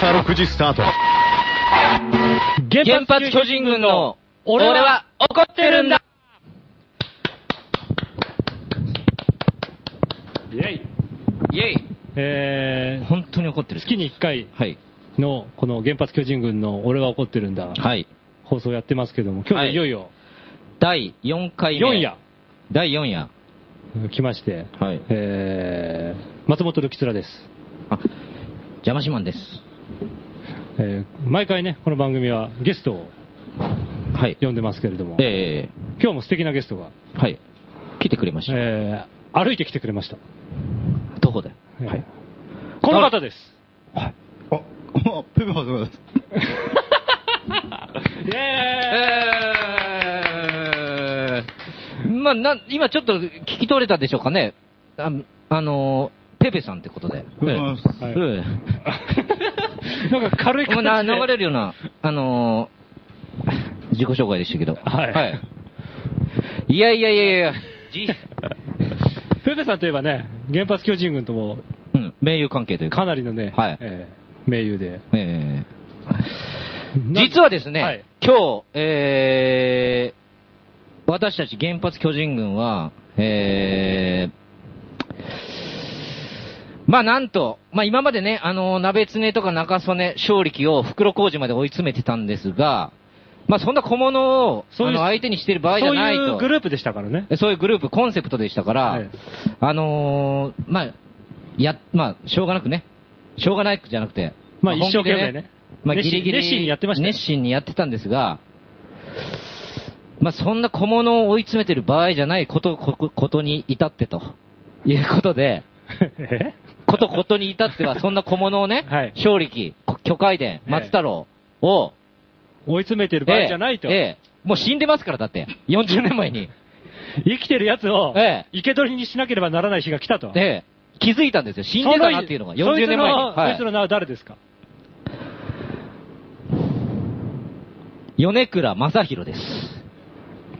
さあ、6時スタート。原発巨人軍の、俺は怒ってるんだイェイイェイえー、本当に怒ってる。月に1回はい。の、この原発巨人軍の俺は怒ってるんだ、はい。放送やってますけども、今は日いいよいよ第4回目。 4夜、第4夜。来まして、はいえー、松本るきつらです。あ、邪魔しマンです。えー、毎回ね、この番組はゲストをはい。呼んでますけれども、え今日も素敵なゲストが、ー、はい。来てくれました。えー、歩いてきてくれました。どこでえーこの方です。はい。あ、 あ、ペペハズマです。イエえー、まあ、なん、今ちょっと聞き取れたでしょうかね。ああのー、ペペさんってことで。おはようございますーイ、うん なんか軽いもう感なじ流で。れるような、あのー自己紹介でしたけど。はいい。いやいやいやいや、じペペさんといえばね、原発巨人軍ともうん、名誉関係というかか。なりのね、はいえー名優で。えー実はですね、はい今日、えー私たち原発巨人軍は、えーまあなんと、まあ今までね、あの、鍋つねとか中曽根、勝力を袋小路まで追い詰めてたんですが、まあそんな小物を、そういうあの相手にしてる場合じそゃうないと。いうグループでしたから ね。そういうグループ、コンセプトでしたから、はいあのーまあ、や、まあ、しょうがなくね。しょうがないじゃなくて。まあ本気で一生懸命ねまあ、熱ギ心リギリ。熱心にやってましたよ熱心にやってたんですが、まあ、そんな小物を追い詰めてる場合じゃないこと、こことに至ってと。いうことで、えことことに至っては、そんな小物をね、 はい勝力、巨海伝、松太郎を、追い詰めてる場合じゃないと。ええええもう死んでますから、だって。40年前に。生きてるやつをええ、生け捕りにしなければならない日が来たと。で、気づいたんですよ。死んでたなっていうのが、そ40年前に。はそいつのそいつの名は誰ですかい。米倉正宏です。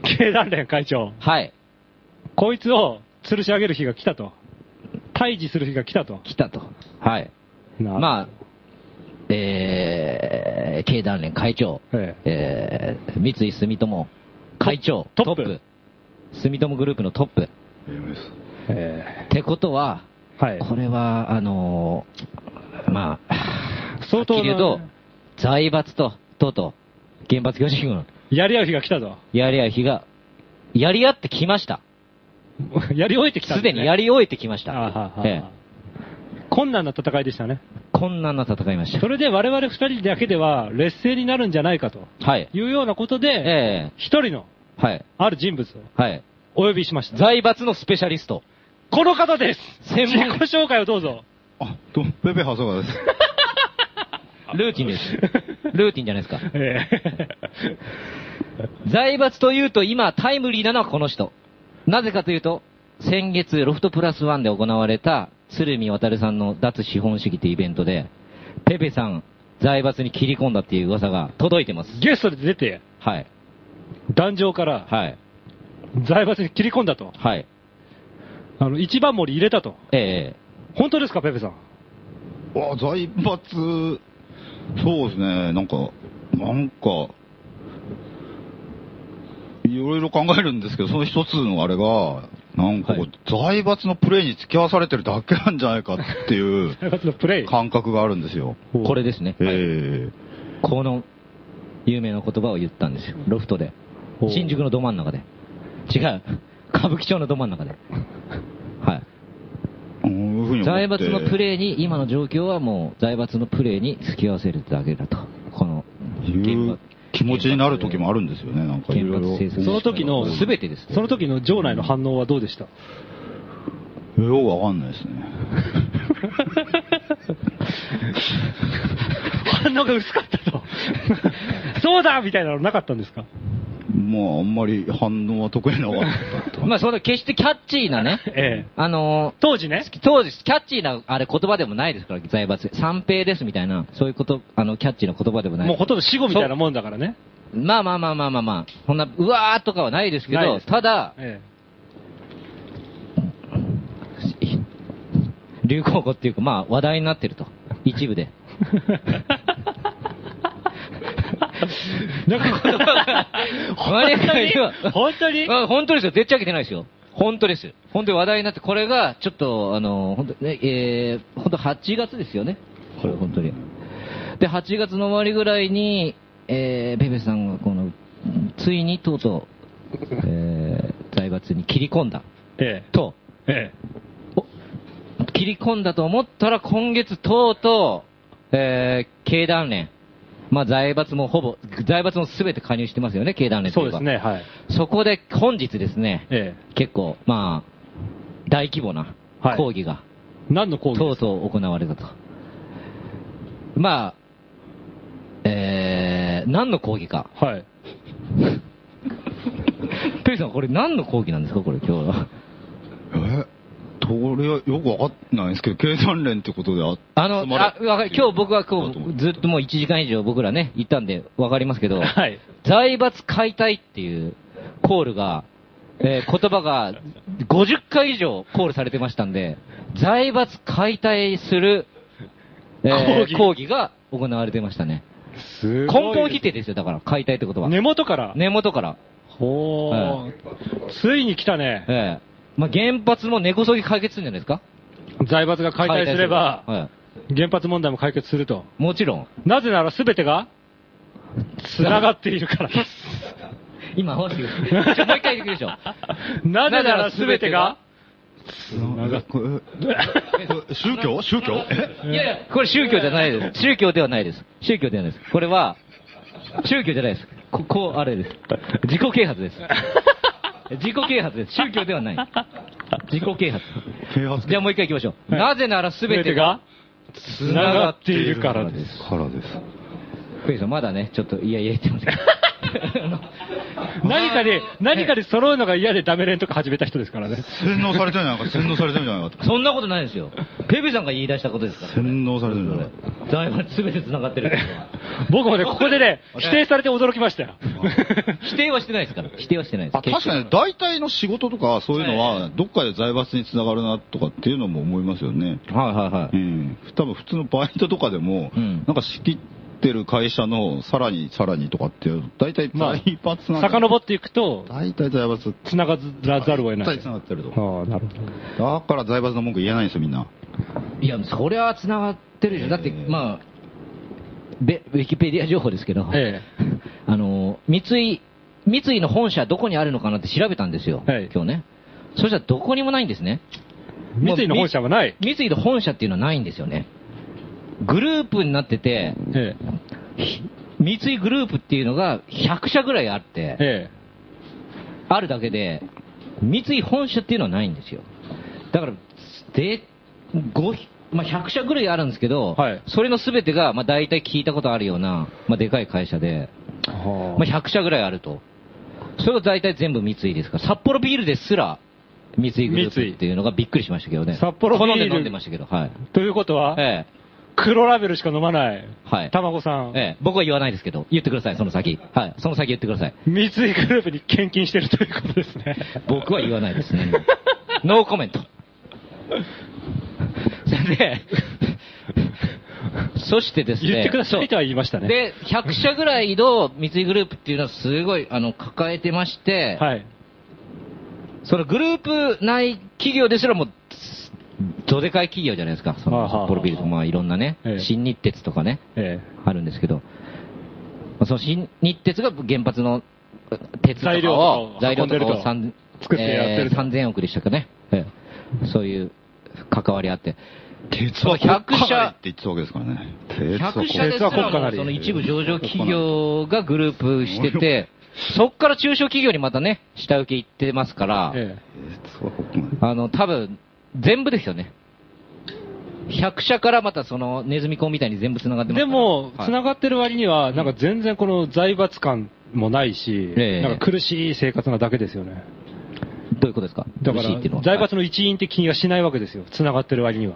経団連会長。はい。こいつを吊るし上げる日が来たと。退治する日が来たと。来たと。はい。あ。まあ、えー、経団連会長、ええー、三井住友会長、トップ住友グループのトップ。っえーです。えてことは、はいこれは、あのーまあ、相当なはっきり言うと、財閥と、とうとう、原発巨人軍、やり合う日が来たと。 やり合い日が、やり合ってきました。やり終えてきたんすでにやりり終えてきましあはた。はえ困難な戦いでしたね。え、困難な戦いましそれで我々二人だけでは劣勢になるんじゃないかとた。はい。いうようなことで、ええ、一人のはい。ある人物をはい。お呼びしました。財閥のスペシャリスト。この方です専門自己紹介をどうぞ。あ、どうも、ペペハ ズマです。ルーティンです。ルーティンじゃないですか。え財閥というと今タイムリーなのはこの人。なぜかというと、先月ロフトプラスワンで行われた鶴見渡さんの脱資本主義というイベントで、ペペさん財閥に切り込んだっていう噂が届いてます。ー ゲストで出て、はい。壇上からはい。財閥に切り込んだと。はい。あの、一番盛り入れたと。ええ。本当ですか、ペペさん。わ、財閥、そうですね、なんか、なんか、いろいろ考えるんですけど、その一つのあれが、なんかこう、財閥のプレイに付き合わされてるだけなんじゃないかっていう財閥のプレイ。感覚があるんですよ。これですね。ええこの有名な言葉を言ったんですよ、ロフトで。ほう新宿のど真ん中で。違う、 歌舞伎町のど真ん 中で。はうんいうふうい。に思って財閥のプレーに、今の状況はもう財閥のプレーに付き合わせるだけだと。このいう気持ちになる時もあるんですよね、なんかい原ろ発いろ政。策その時の全てです。その時の場内の反応はどうで したようわかんないですね。反応が薄かった と。そうだみたいなのなかったんですかまあ、あんまり反応は得意なかったって感じまあ、その決してキャッチー なね、ええあのー当時ね。当時、キャッチーな、あれ、言葉でもないですから、財閥。三平ですみたいな、そういうこと、あの、キャッチーな言葉でもない。もうほとんど死後みたいなもんだからね。まあまあまあまあまあまあ、そんな、うわーとかはないですけないど、ですただ、え流行語っていうか、まあ話題になってると。え一部で。 なん か、本当に本当にあ本当ですよ。でっち上げてないですよ。本当です。本当に話題になって、これが、ちょっと、あの、本当ね、えー、本当8月ですよね。これ本当に。で、8月の終わりぐらいに、えー、ペペさんがこの、ついにとうとう、えー、財閥に切り込んだ。えと、え、ええ。お切り込んだと思ったら今月とうとう、えー、経団連。まあ財閥もほぼ、財閥もすべて加入してますよね、経団連とそいうえばですね、はい。そこで本日ですね、え結構、まあ、大規模なはい抗議が、え。何の講義とでうすとう行われたと。まあ、えー、何の抗議か。かはい。ペリさん、これ何の抗議なんですかこれ今日は。えとりあえずよくわかんないんですけど、経産連ってことでああの、集まれあ、わかる今日僕はこだと思う、ずっともう1時間以上僕らね、行ったんでわかりますけ ど、はい。財閥解体っていうコールが、えー言葉が50回以上コールされてましたんで、財閥解体する、えー抗議抗議が行われてましたね。すごい根です本否定ですよ、だから、解体ってことは。根元から。根元から。ほはー。ついに来たね。ええまあ、原発も根こそぎ解決するんじゃないですか財閥が解体すれば解体、すればは原発問題も解決すると。いもちろん。なぜなら全てが、繋がっているから。 今、もう一 回ちょもう 一回言ってくるでしょ。なぜなら全てが、る。これこれ宗 教宗教えいやいや、これ宗教じゃないです。宗教ではないです。宗教ではないです。これは、宗教じゃないです。ここう、あれです。自己啓発です。自己啓発です。宗教ではない。自己啓発。啓発じゃあもう一回行きましょう。なぜなら全全ててがが、、繋がっているからです。からです。クイズさんまだね、ちょっと、いやいや言ってますけど。あ の 何か で、何かで揃うのが嫌でダメ連とか始めた人ですからね。洗脳されてるんじゃないか、洗脳されてるんじゃないかと。そんなことないですよ。ペペさんが言い出したことですから。洗脳されてるんじゃないか。財閥全て繋がってる。僕 もね、ここでね、否定されて驚きましたよ。否定はしてないですから。否定はしてないです。あ確かに大体の仕事とかそういうのは、どっかで財閥につながるなとかっていうのも思いますよね。はいはいはうい。ん。多分普通のバイトとかでも、うんなんか仕切ってる会社のさらにさらにとかって、大体まあ財閥なん だ、遡っていくと、大体財閥、繋がらざるを得ない。大体つながってると。ああ、なるほど。だから財閥の文句言えないんですよ、みんな。いや、そりゃ繋がってるでしょ。だって、ええまあ、べウィキペディア情報ですけど、え あの、三井、三井の本社どこにあるのかなって調べたんですよ。はい今日ね。そしたらどこにもないんですね。え。三井の本社はない。三井の本社っていうのはないんですよね。グループになってて、えひ三井グループっていうのが100社ぐらいあっえ。て、えあるだけで、三井本社っていうのはないんですよ。だから、で、ごひまあ、100社ぐらいあるんですけど、はいそれの全てが、まあ、大体聞いたことあるような、まあ、でかい会社で、え。はまあ、100社ぐらいあると。それが大体全部三井ですから、札幌ビールですら、三井グループっていうのがびっくりしましたけどね。札幌ビール好んで飲んでましたけど、はい。ということは、ええ。黒ラベルしか飲まない。はい卵さん。ええ、僕は言わないですけど、言ってください、その先。はい、その先言ってください。三井グループに献金してるということですね。僕は言わないで すね。ノーコメント。それで、そしてですね。言ってくださいとは言いましたねで、100社ぐらいの三井グループっていうのはすごい、あの、抱えてまして、はい。そのグループ内企業ですらもう、どでかい企業じゃないですか。そはのあ札はあはあ幌ビールとか、まあいろんなねええ、新日鉄とかね。えあるんですけど、まあその新日鉄が原発のえ鉄とか材料をを、材料とか運んでるをと三作ってやってると3000億でしたかね、ええそういう関わりあって、鉄はは国家なり国家って言ってたわけですからね。鉄は100国社ですら鉄は国家なもりその一部上場企業がグループしてて、そこから中小企業にまたね、下請け行ってますからえ。、え鉄は国家なりあの、多分、全部ですよね。100社からまたそのネズミ講みたいに全部繋がってえ。ますでからも、はい繋がってる割には、なんか全然この財閥感もないし、ええなんか苦しい生活なだけですよね。どういうことですかだか嬉しいっていうのら、は財閥の一員って気がしないわけですよ。繋がってる割 には。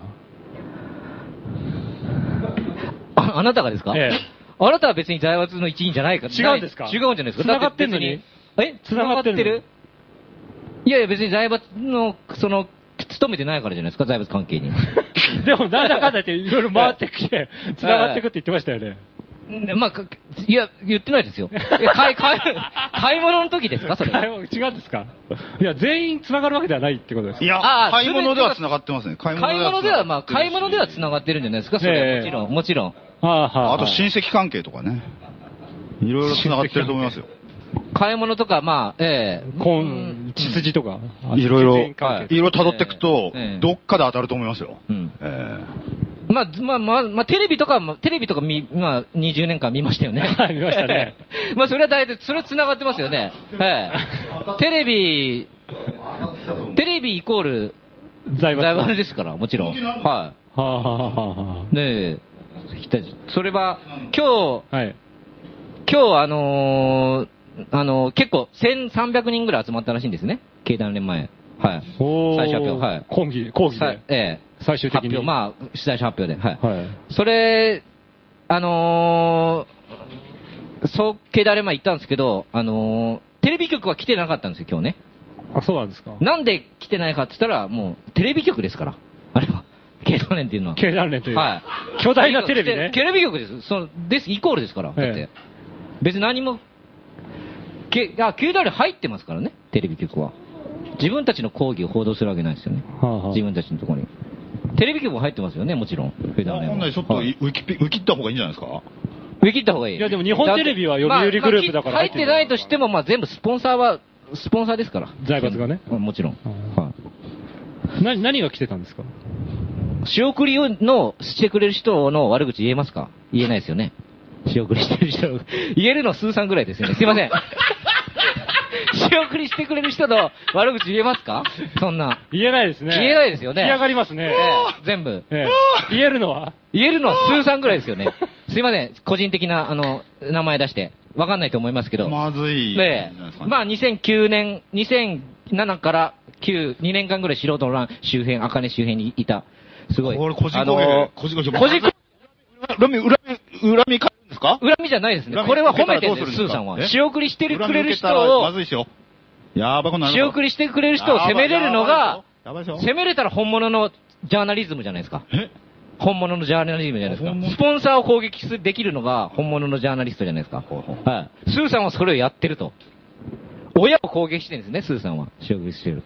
ああなたがですか、ええあなたは別に財閥の一員じゃないから。違うんですかない違うんじゃないですか。繋がってんのだにて別え繋がっ繋がてってるるいやいや別に財閥の、その、勤めてないからじゃないですか、財閥関 係に。でも、なんだかんだ言っていろいろ回ってきて、繋がってくって言ってましたよね。んまあ、かいや、言ってないで すよ。いや買い、買い、買い物の時ですか、それ。買い物違うんですかいや、全員繋がるわけではないってことですい。あやあ、買い物では繋がってますね。買い買い物では、まあ、買い物ではが繋がってるんじゃないですか、それは。もちろん、もちろん。ああ、はあと親戚関係とかね。いろいろ繋がってると思いますよ。買い物とか、まあ、ええ婚、血筋とか。いろいろ、血い縁関係ろいろ辿っていくとええ、どっかで当たると思いますよ。うん。えまあ、まあ、まあ、まあ、テレビとかも、テレビとか見、まあ、20年間見ましたよね。はい 見ましたね。 まあ、それは大体、それは繋がってます よね。ええテレビ、テレビイコール、財閥。財閥ですから、もちろん。は。はあ、はあはあはいねえ、ひたそれは、今日、あ、はい。今日、あのーあのー結構、1300人ぐらい集まったらしいんですね。経団連前。はい。おー最終発表はい抗議、抗議さで。ええ最終的に発表、まあ、主催者発表で。はい。はい。それ、あのー、そう、経団連前行ったんですけど、あのーテレビ局は来てなかったんですよ、今日ね。あ、そうなんですかなんで来てないかって言ったら、もう、テレビ局ですから。あれは。 経団連っていうのは。経団連という。は巨大なテレビね。テレビ局です。その、です、イコールですから。だって。ええ別に何も、け、あ、球団に入ってますからね、テレビ局は。自分たちの抗議を報道するわけないですよね。はあはあ自分たちのところに。テレビ局も入ってますよね、もちろん。球え。団連は本来ちょっとはい浮きピ浮きった方がいいんじゃないですか見切った方がいい。いやでも日本テレビは読売グループだから入入っっててなないいとしても、まあ全部スポンサーは、スポンサーですから。財閥がねうんもちろん。うんはいな何が来てたんですか仕送りのしてくれる人の悪口言えますか言えないですよね。仕送りしてる人、言えるの数さんぐらいですよね。す いません。仕送りしてくれる人の悪口言えますかそんな。言えないですね。言えないですよね干上がりますね。ええ全部。ええ言えるのは言えるのは数さんぐらいですよね。すいません。個人的な、あの、名前出して。わかんないと思いますけど。まずいんじゃないねですえ。かね。まあ、2009年、2007から9、2年間ぐらい素人の乱周辺、あかね周辺にいた。すごい。これ、こじこあのげー、こじこげ。こじこ恨み、恨み、恨み買うんですか恨みじゃないですね恨。みこれは褒めてるんで、受けたらどうするんですすスかーさんは。え仕送りしてるくれる人恨み受けたらまをず、いですよ。やばくなる仕送りしてくれる人を責めれるのが、やばいですよ。責めれたら本物のジャーナリズムじゃないですか。え本物のジャーナリズムじゃない本ですか。物スポンサーを攻撃すできるのが本物のジャーナリストじゃないですか。ほうほうはい。スーさんはそれをやってると。親を攻撃してるんですね、スーさんは。仕送りしてる。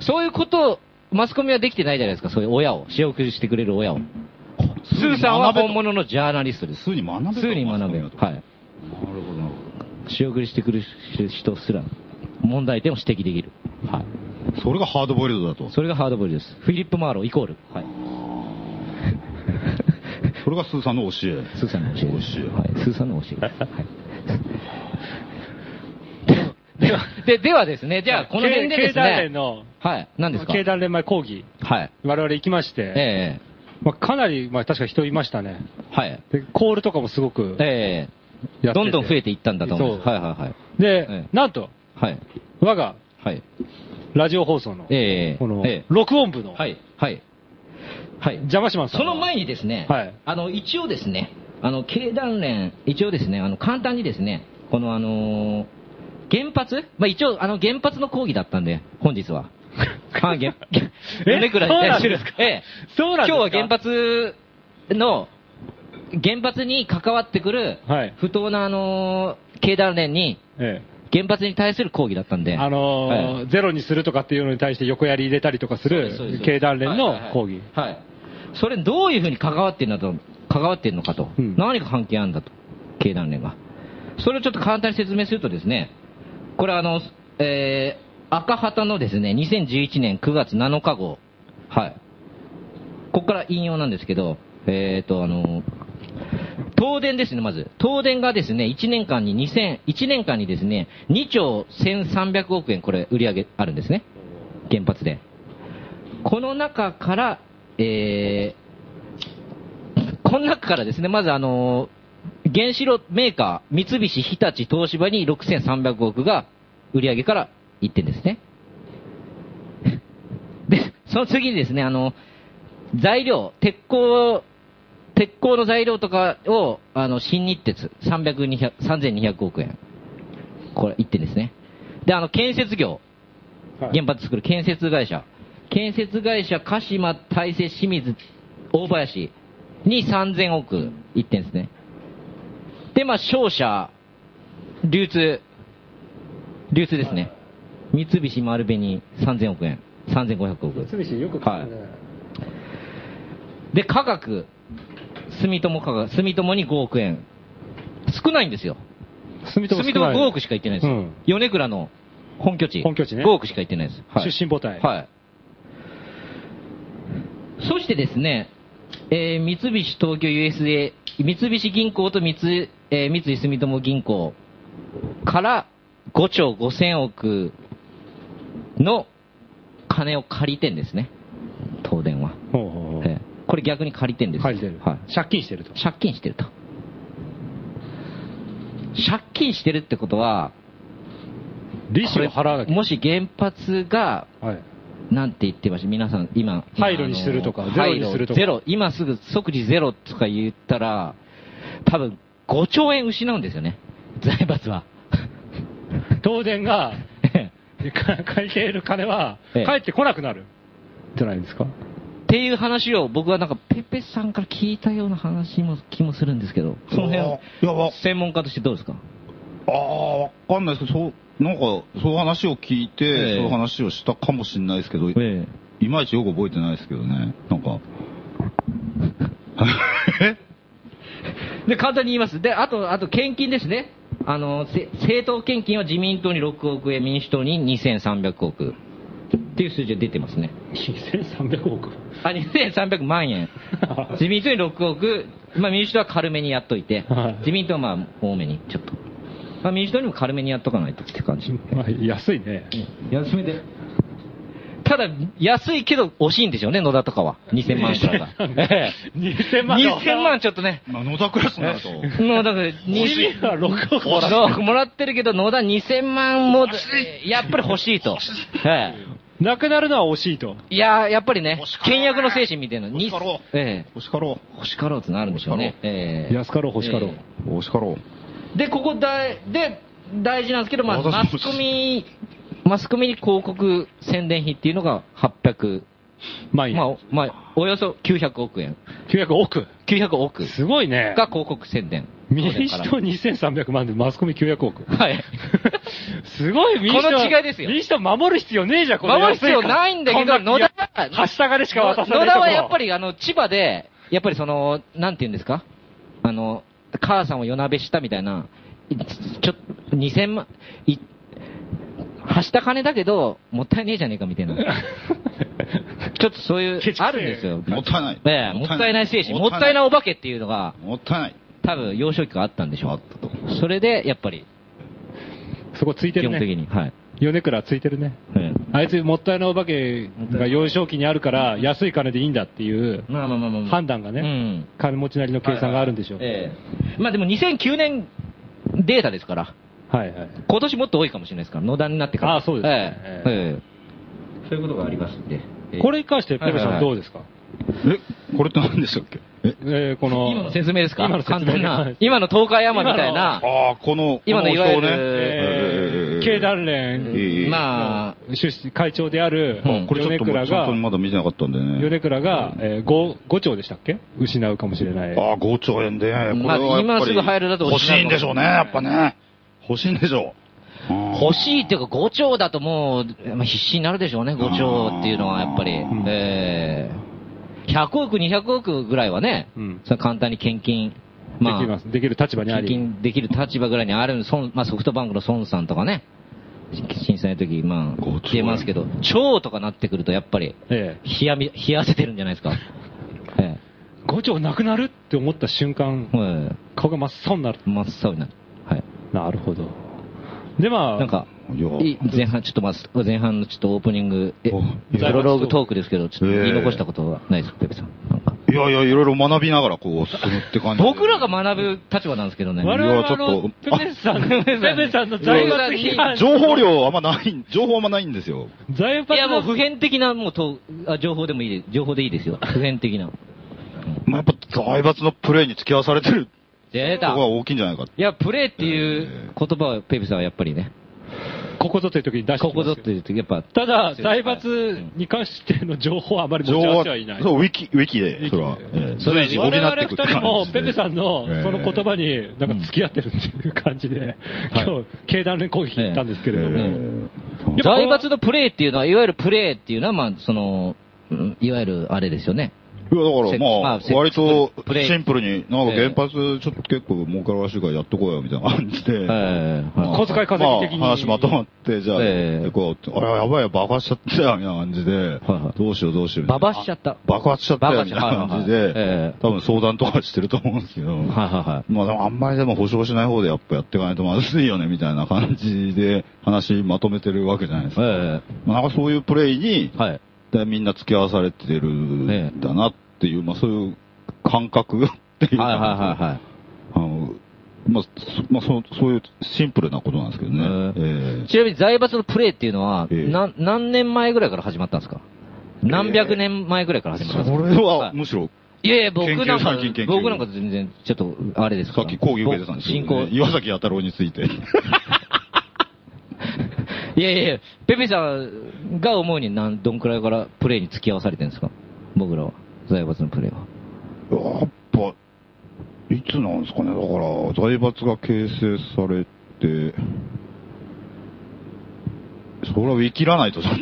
そういうことを、マスコミはできてないじゃないですか、そういう親を。仕送りしてくれる親を。スーさんは本物のジャーナリストです。数に学べと数に学べよ。なはるい。ほどな。仕送りしてくる人すら、問題点を指摘できる。はい。それがハードボイルドだと。それがハードボイルドです。フィリップ・マーローイコール。はい。それがスーさんの教え。スーさんの教えです。教えはい。スーさんの教えです。はい。 で、ではですね、じゃあ、この辺でです経団ね連。の、はい。何ですか経団連前抗議、はい。我々行きまして、えまあ、かなり、まあ、確か人いましたね。えはい。で、コールとかもすごくやってえてえどんどん増えていったんだと思うんです。そうはいはいはい。で、ええなんと、はい。我がはい。ラジオ放送の、ええこのええ、録音部の、はい。はい。はい。邪魔します。その前にですね、はいあの一応ですね、あの経団連、一応ですね、あの簡単にですね、このあのー原発、まあ、一応、あの原発の講義だったんで、本 日は。はい原米倉に対すそうなんでるすかええそうなんですか今日は原発の、原発に関わってくるはい、不当な、あのー経団連に、え原発に対する抗議だったんで、えあのーはいゼロにするとかっていうのに対して横やり入れたりとかすそうでする経団連の抗議。。はいはいはいはい。それどういうふうに関わってるのと、関わってるのかと。うん何が関係あるんだと。経団連が。それをちょっと簡単に説明するとですね、これあの、えー、赤旗のですね、2011年9月7日号。はい。ここから引用なんですけど、えーと、あの、東電ですね、まず。東電がですね、1年間に2000、1年間にですね、2兆1300億円、これ、売り上げあるんですね。原発で。この中から、えー、この中からですね、まずあのー原子炉メーカー、三菱、日立、東芝に6300億が売り上げからいってんですね。 で、その次にですね、あの、材料、鉄鋼、鉄鋼の材料とかを、あの、新日鉄、300 200 3200億円。これ、いってんですね。で、あの、建設業、はい原発作る建設会社、建設会社鹿島大成清水大林に3000億いってんですね。で、まあ、商社、流通、流通ですね。三菱丸紅3000億円、3500億。三菱よくは買いうね。で、価格、住友価格、住友に5億円。少ないんですよ。住友住友5億ししか行ってないです。うん米倉の本拠地。本拠地ね5億しか行ってないです。はい出身母体はい。そしてですね、えー三菱東京 USA、三菱銀行と三井、えー三井住友銀行から5兆5000億の金を借りてんですね。東電は。ほうほうほうえーこれ逆に借りてんです。借りてるはい。借金してると。借金してると。借金してるってことは、利子を払わなきゃ。もし原発が、 はい。なんて言ってました皆さん、今。廃炉にするとかあのゼロにするとか廃炉ゼロ、今すぐ即時ゼロとか言ったら、多分5兆円失うんですよね。財閥は。 東電が、えか借りている金は、ええ返ってこなくなる。じゃないですか。っていう話を僕はなんかペペさんから聞いたような話も気もするんですけど、そのあ辺ーいやわ、専門家としてどうですかああ、わかんないですけど、そう、なんか、そういう話を聞いて、ええそういう話をしたかもしれないですけど、えいまいちよく覚えてないですけどね。なんか、え。で、簡単に言います。で、あと、あと献金ですね。あの、せ政党献金は自民党に6億円、民主党に2300億。っていう数字が出てますね。 2300億。あ、2300万円。 自民党に6億、まあ民主党は軽めにやっといてはい、自民党はまあ多めに、ちょっと。まあ民主党にも軽めにやっとかないとって感じ。 まあ、安いね。安めで。ただ、安いけど惜しいんでしょうね、野田とかは。2000万円からが。 ええ2000万だ2000万ちょっとね。まあ野田クラスになると、野田君、惜しいな6億もらもらってるけど、野田2000万も、やっぱり欲しいと。えなくなるのは惜しいと。えいやー、やっぱりね欲し、かろう倹約の精神みたいなの欲しかろうええ欲しかろ欲しかろうってなるんでしょうね。ええ安かろう欲しかろうえう。欲しかろう。えで、ここだい、で、大事なんですけど、まあ、私もマスコミ、マスコミに広告宣伝費っていうのが800、万円。まあ、おまあ、およそ900億円。 900億。 900億すごいね。が広告宣伝。民主党2300万でマスコミ900億。はい。すごい民主党。この違いですよ民主党守る必要ねえじゃん、この守る必要ないんだけど、野田は、はした がれしか渡さない野田はやっぱり。り、あの、千葉で、やっぱりその、なんて言うんですかあの、母さんを夜なべしたみたいな、いちょ、2000万、い、はした金だけど、もったいねえじゃねえかみたいな。ちょっとそういケチくう、せえあるんですよ。もったいないええ、もったいない精神。もったいないお化けっていうのが、もったいない。多分幼少期があったんでしあょったと。う。それで、やっぱり、 そこついて基る本的ね。に。はい。米倉ついてるね。えあいつもったいないお化けが幼少期にあるから、安い金でいいんだっていうえまあまあまあまあまあ。判断がうね、ん。金持ちなりの計算があるんでしょう。ええまあでも2009年データですから、はいはい。今年もっと多いかもしれないですから、野田になってから。ああそうですねえええええそういうことがありますんで。ええこれに関して、ペペはいさはんいはどいうですかえ、これって何でしたっけええーこの。今の説明ですか今の説明簡単な。今の東海山みたいな、ああ、この、今のこいわゆ表ねえー経団連ええまあ、出資会長であるうんこれちょっ米とも倉うちゃんとが、まだ見てなかったんでね。米倉がえー 5, 5兆でしたっけ失うかもしれない。ああ、5兆円で、これはまあやっぱり今すぐ入るだと欲しいんでしょうね、やっぱね。欲しいんでしょう。欲しいっていうか5兆だともう、まあ、必死になるでしょうね、5兆っていうのはやっぱり。うんええ100億、200億ぐらいはね、うんそれは簡単に献金。でまあきます。できる立場にあ献り。金できる立場ぐらいにある、孫まあ、ソフトバンクの孫さんとかね、震災の時、まあ、ごつい消えますけど、超とかなってくると、やっぱり、ええ冷やみ、冷やせてるんじゃないですか。 え5兆なくなるって思った瞬間え、は顔が真っ青になる。い真っ青になる。はい。なるほど。で、まあ、なんか、いやい前半、ちょっとまあ、前半のちょっとオープニング、えおプロローグトークですけど、ちょっと言い残したことはないですか、ペペさん。なんかいやいや、いろいろ学びながらこう進むって感じで。僕らが学ぶ立場なんですけどね。我いやち々ょのっペとペさんの、ペペさんの財閥批判、情報量あんまない、情報あんまないんですよ。財閥いや、もう普の、遍的な、もうとあ、情報でもいいです。情報でいい ですよ。普遍的な。まあ、やっぱ財閥のプレーに付き合わされてる出とこたろが。大きいんじゃないか。いや、プレーっていう言葉は、ペイブさんはやっぱりね、ここぞという時に出してきますこよこぞっていう時、やっぱ、ただ、財閥に関しての情報はあまり持情ち合報わは、せはいない。そう、ウィキ、ウィキで、それは、ウィキでええそれは随時補っ我々て二いくって感じ人も、ペペさんのええその言葉に、なんか付き合ってるっていう感じで、今日、経団連コーヒー行ったんですけれども、ええやっぱ財閥のプレーっていうのは、いわゆるプレーっていうのは、まあ、その、うんいわゆるあれですよね。いや、だから、まあせ、まあ割とプレイシンプルに、なんか原発、ちょっと結構儲かるらしいからやっとこうよ、みたいな感じで。ええまあはい小遣い稼ぎ的にまあ話まとまって、じゃあ、ええでこう、あれ、やばいよ、爆発しちゃったよ、みたいな感じでは、いどうしよう、どうしよう。みたバいなバしちゃった。爆発しちゃったよ、みたいな感じはいはいはいでえ、多分相談とかしてると思うんですけど、えはいはいはい。まあ、でもあんまりでも保証しない方でやっぱやっていかないとまずいよね、みたいな感じで話まとめてるわけじゃないですか。えまあ、なんかそういうプレイにえ、はい。でみんな付き合わされてるえんだなっていう、まあそういう感覚っていうかはいはいはいはい。あの、まあ、そまあそう、そういうシンプルなことなんですけどね。えええちなみに財閥のプレーっていうのは、ええな何年前ぐらいから始まったんですか何百年前ぐらいから始まったんですか、それははいむしろ、いやいや、僕研究なんか最近研、究僕なんか全然、ちょっと、あれですかさっらき講義受けてたんですけ進ど、行ね、。岩崎弥太郎につ いて。いやいやいや、ペペさんが思うになんどんくらいからプレーに付き合わされてるんですか僕らは。財閥のプレーは。やっぱ、いつなんですかね、だから、財閥が形成されて、それは見切らないと、ちょっと。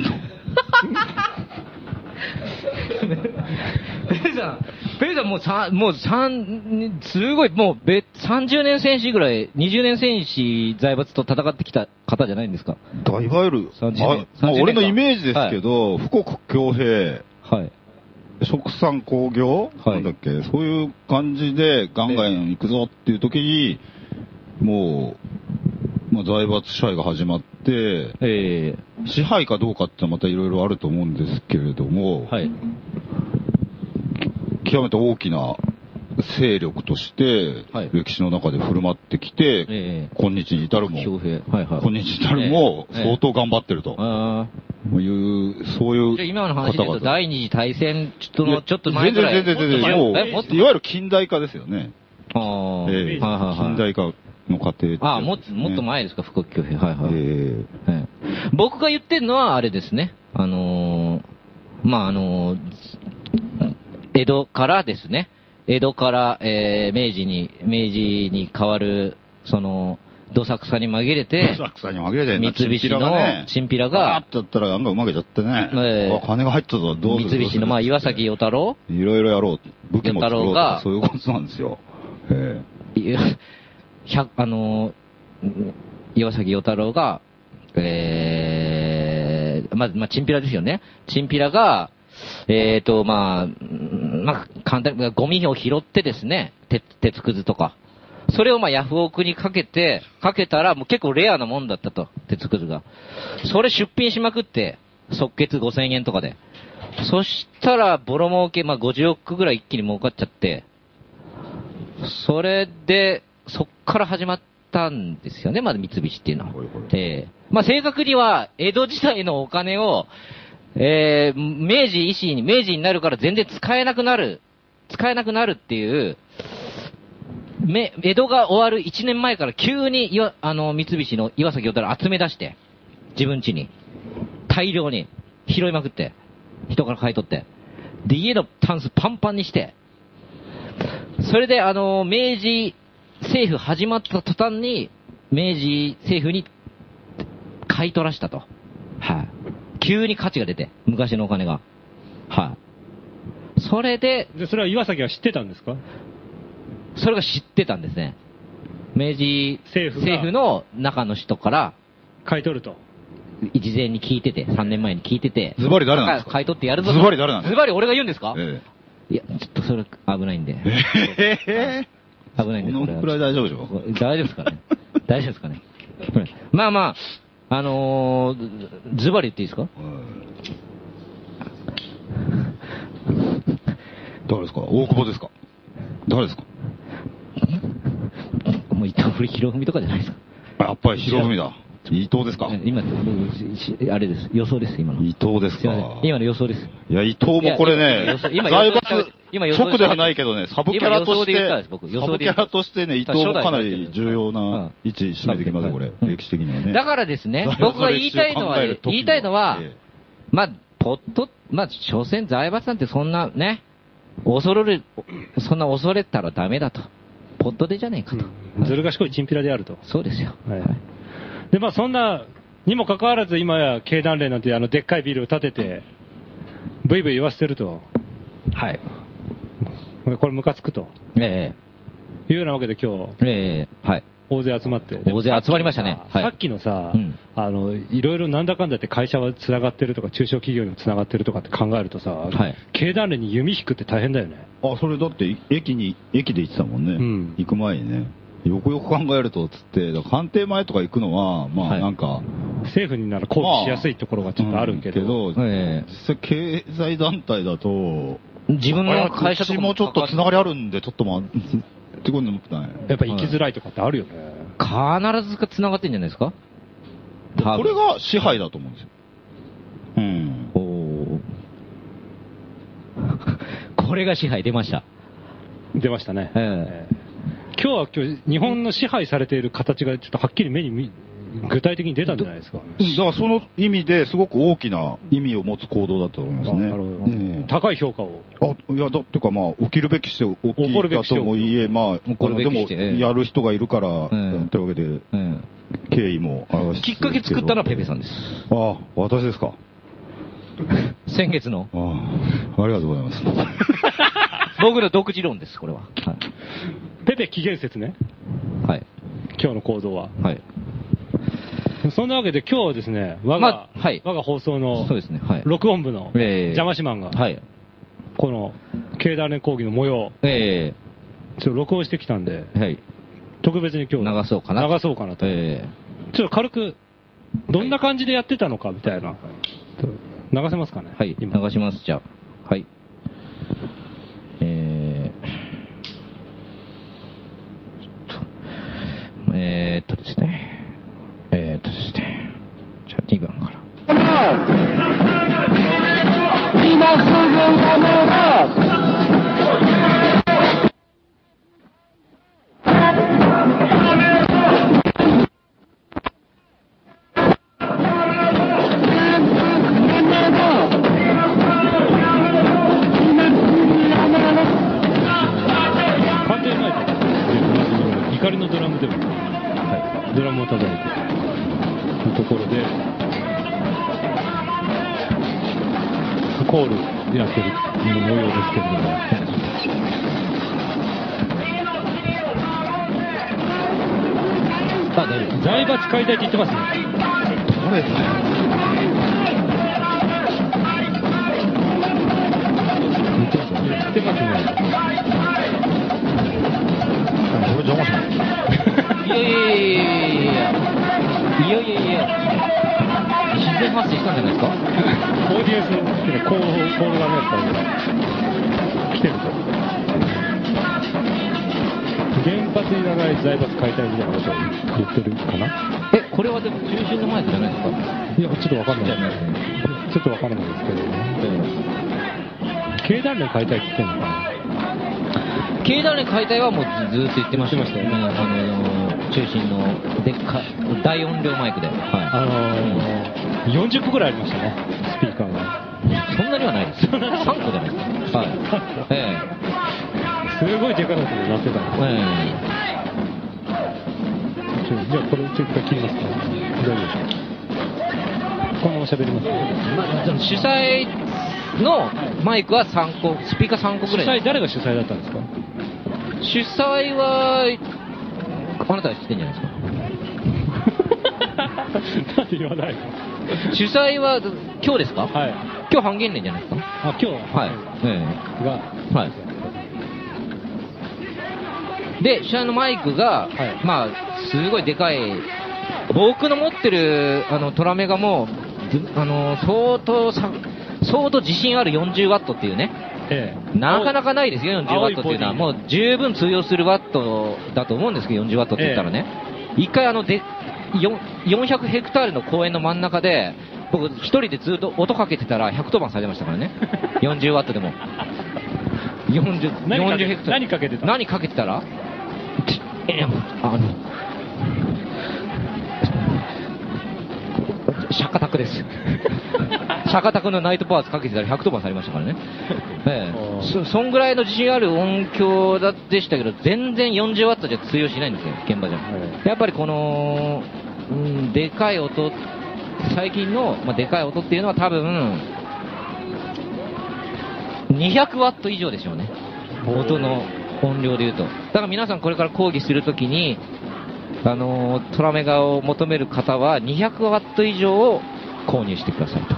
ペペさん、ペペさんもうさもう三、すごい、もうべ30年戦士ぐらい、20年戦士財閥と戦ってきた方じゃないんですかだいわゆる、 30年あま30あ年間俺のイメージですけど、富国強兵、はい。食産工業、はいなんだっけ、そういう感じでガンガン行くぞっていう時に、もう、まあ、財閥支配が始まって、え支配かどうかってまたいろいろあると思うんですけれどえも、はい。極めて大きな勢力としてはい、歴史の中で振る舞ってきて、え今日に至るえも、強兵。はいはい。今日に至るも、ええ相当頑張ってるとああ。いう、そういうじゃあ今の話で言うと、々第二次大戦とのちょっと前ぐらい。全然全然全然、ももう、っと前えもっといわゆる近代化ですよね。ああ、えはいえはいはい近代化の過程ってやつですねああ、もっと、もっと前ですか、富国強兵。はいはい。ええええ僕が言ってるのはあれですね。あのーまあ、あのー江戸からですね。江戸から、えー明治に、明治に変わる、その、どさくさに紛れて、浅草に紛れて三んな菱チンピラがのねチンピラガーがッ、てやったら、なんかうまくやってね。ええあ金が入ってたぞ、どうす三る菱の、まあ、岩崎。ど与う太郎するいろいろやろう。武器も作ろ与太郎うとがか。そういうことなんですよ。えいや、百、あのー、ん岩崎与太郎が、えー、まず、まあ、チンピラですよね。チンピラが、えーと、まあ、んまあ、簡単に、ゴミを拾ってですね、鉄、鉄くずとか。それをまあ、ヤフオクにかけて、かけたら、もう結構レアなもんだったと、鉄くずが。それ出品しまくって、即決5000円とかで。そしたら、ボロ儲け、まあ、50億ぐらい一気に儲かっちゃって、それで、そっから始まったんですよね、まだ三菱っていうのはほいほい。ええまあ、正確には、江戸時代のお金を、ええ明治維新、明治になるから全然使えなくなる、使えなくなるっていう、め、江戸が終わる1年前から急にいわ、あの、三菱の岩崎を集め出して、自分家に。大量に拾いまくって、人から買い取って。で、家のタンスパンパンにして、それで、あの、明治政府始まった途端に、明治政府に買い取らしたと。はい、急に価値が出て、昔のお金が。はい、それで、でそれは岩崎は知ってたんですかそれが知ってたんですね。明治政府がの中の人から、買い取ると。事前に聞いてて、3年前に聞いててえ。、ズバリ誰なんですか買い取ってやるぞと。ズバリ誰なんですズかバリ俺が言うんですかえいや、ちょっとそれ危ないんで。ええ危ないんこで、これのはくらい大丈夫でしょ大丈夫ですかね大丈夫ですかねこれまあまあ、あのー、ズズバリ言っていいですかうん誰ですか大久保ですか誰ですかもう伊藤振り広文とかじゃないですかあやっぱり広文だ。伊藤ですか今、ししあれです。予想です、今の。伊藤ですすいかません。今の予想です。いや、伊藤もこれいやね、今今財予想閥、今予想直ではないけどね、サブキャラと今予想しで言ったんてです僕、予サ想ブでキ言ャったラとしてね、伊藤もかなり重要な位置占めてきますよ、これ。うん歴史的にはね。だからですね、僕が言いたいのは、それを一緒に考える時言いたいのは、ええまあ、ポット、まあ、所詮財閥なんてそんなね、恐れる、そんな恐れたらダメだと。ポットでじゃねえかと。うんずる賢いチンピラであると。そうですよ。はいで、まあそんな、にもかかわらず今や経団連なんてあのでっかいビルを建てて、ブイブイ言わせてると。はい。これムカつくと。えいうようなわけで今日、えええはい。大勢集まって。大勢集まりましたねはいさっきのさ、うんあの、いろいろなんだかんだって会社は繋がってるとか、中小企業にも繋がってるとかって考えるとさ、はい経団連に弓引くって大変だよね。あ、それだって、駅に、駅で行ってたもんね。ん行く前にね。よくよく考えると、つって、だから官邸前とか行くのは、まはあいなんか、政府になら抗議しやすいところがちょっとあるけど、うんけどええ実際経済団体だと、自分の会社うちもちょっとつながりあるんで、ちょっとまあ、ってことに思ってたね。やっぱ行きづらいとかってあるよね。必ず繋がってんじゃないですかこれ、が支配だと思うんですよ。うん。多分おー これが支配出ました。出ましたね。え今日は今日、日本の支配されている形がちょっとはっきり目に見具体的に出たんじゃないですか。だからその意味ですごく大きな意味を持つ行動だと思いますね。あなるほどうん高い評価を。あ、いや、だってかまあ、起きるべきして起起こるきべたきしてともいえ、まあ、起こるべきしてあのでも、やる人がいるから、とんいうわけで、えうん敬意も表して。きっかけ作ったのはペペさんです。あ、私ですか。先月の。ああ、ありがとうございます。僕の独自論です、これは。ペペ期限説ね。はい。今日の行動は。はい。そんなわけで今日はですね、我まが、あはい我が放送のそうですね、はい。録音部のええ邪魔しマンが、はい。この経団連講義の模様、えちょっと録音してきたんで、えはい。特別に今日流そうかな流そうかなと。ええちょっと軽く、どんな感じでやってたのかみたいな。流せますかねはい、流今。します、じゃあ。はい。えー、えーっとですね。えーっとですね。じゃあ2番から。官邸前で、怒りのドラムでも、ドラムを叩いて、ところで、コールやってる模様ですけれども。あ、大丈夫。財閥解体って言ってますね。どれだよ。言ってますね。言ってますね。これ邪魔しないいやいやいやいやいやいやいやいやいやいや自然発生したんじゃないですかオーディエンスのコールコールがね、やっぱり来てると。原発に長い財閥解体みたいなことを言ってるかなえこれはでも中心の前じゃないですかいや、ちょっとわかんない。ちょっとわからないですけど、ね、経団連解体って言ってるのかな経団連解体はもうずずーっと言ってました言ってましたよねうんあのー中心のでっか大音量マイクで、はあのー、40個ぐらいありましたね、スピーカーが。い、そんなにはないです3個じゃないですか、はいえすごいデカなことになってたええちょじゃあこれちょっと一回切りますか大丈夫ですかこのまま喋りますえまあ、でも主催のマイクは3個スピーカー3個主ぐらい催誰が主催だったんですか主催はあなたが知ってんじゃないですかなんで言わないの主催は今日ですか、はい今日半減年じゃないですかはあ今日い、がはいで主催のマイクが、はいまあすごいでかい僕の持ってるあのトラメガもずあの相当さ相当自信ある40ワットっていうねええなかなかないですよ、40青ワいットっていうのは。もボう十分通用するワットだと思うんですけど、40ワットって言ったらね。一回あので、よ400ヘクタールの公園の真ん中で、僕一人でずっと音かけてたら110番されてましたからね。40ワットでも。 40、何かけ40ヘクタール。何かけてた何かけてたらちえあの、シャカタ クです。シャカタクのナイトパワーツかけてたら110番されまし たからね。えおーえそ、そんぐらいの自信ある音響だでしたけど、全然40ワットじゃ通用しないんですよ、現場じゃ。はやっぱりこの、うん、でかい音、最近の、まあ、でかい音っていうのは多分、200ワット以上でしょうね。音の音量で言うと。だから皆さんこれから講義するときに、あのートラメガを求める方は200ワット以上を購入してくださいと。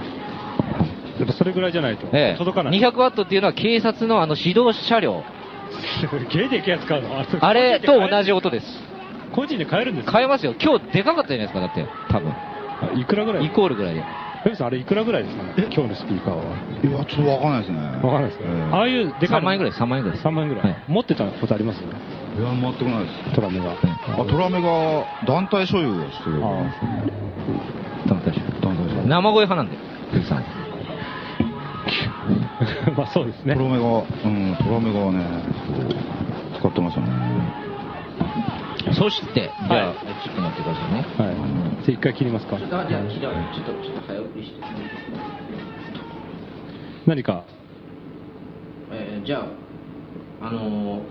やっぱそれぐらいじゃないと。ええ届かない。 200ワットっていうのは警察のあの指導 車両、すげえでけえやつ買うの。そあれと同じ個人で買える。音です。個人で買えるんですか買えますよ。今日でかかったじゃないですか、だって。多分。あいくらぐらいイコールぐらいで。ペペさん、あれいくらぐらいですかね今日のスピーカーは。いや、ちょっとわかんないですね。わかんないですね。ああいうでかいの。 3万円ぐらい、3万円ぐらい。 3万円ぐらい。はい持ってたことありますいや、全くないです。トラメが。あ、トラメが団体所有をしてる。あ多分確か団体所有。に生声派なんで、藤井さん。あ まあそうですトねラ。メが、うん、トラメがね、そう使ってましたね。そして、じゃあ、はいちょっと待ってくださいね。はい。じゃあ一回切りますか。あじゃあ、じゃあ、ちょっと、ちょっと早送りして。何か。えー、じゃあ、あのー、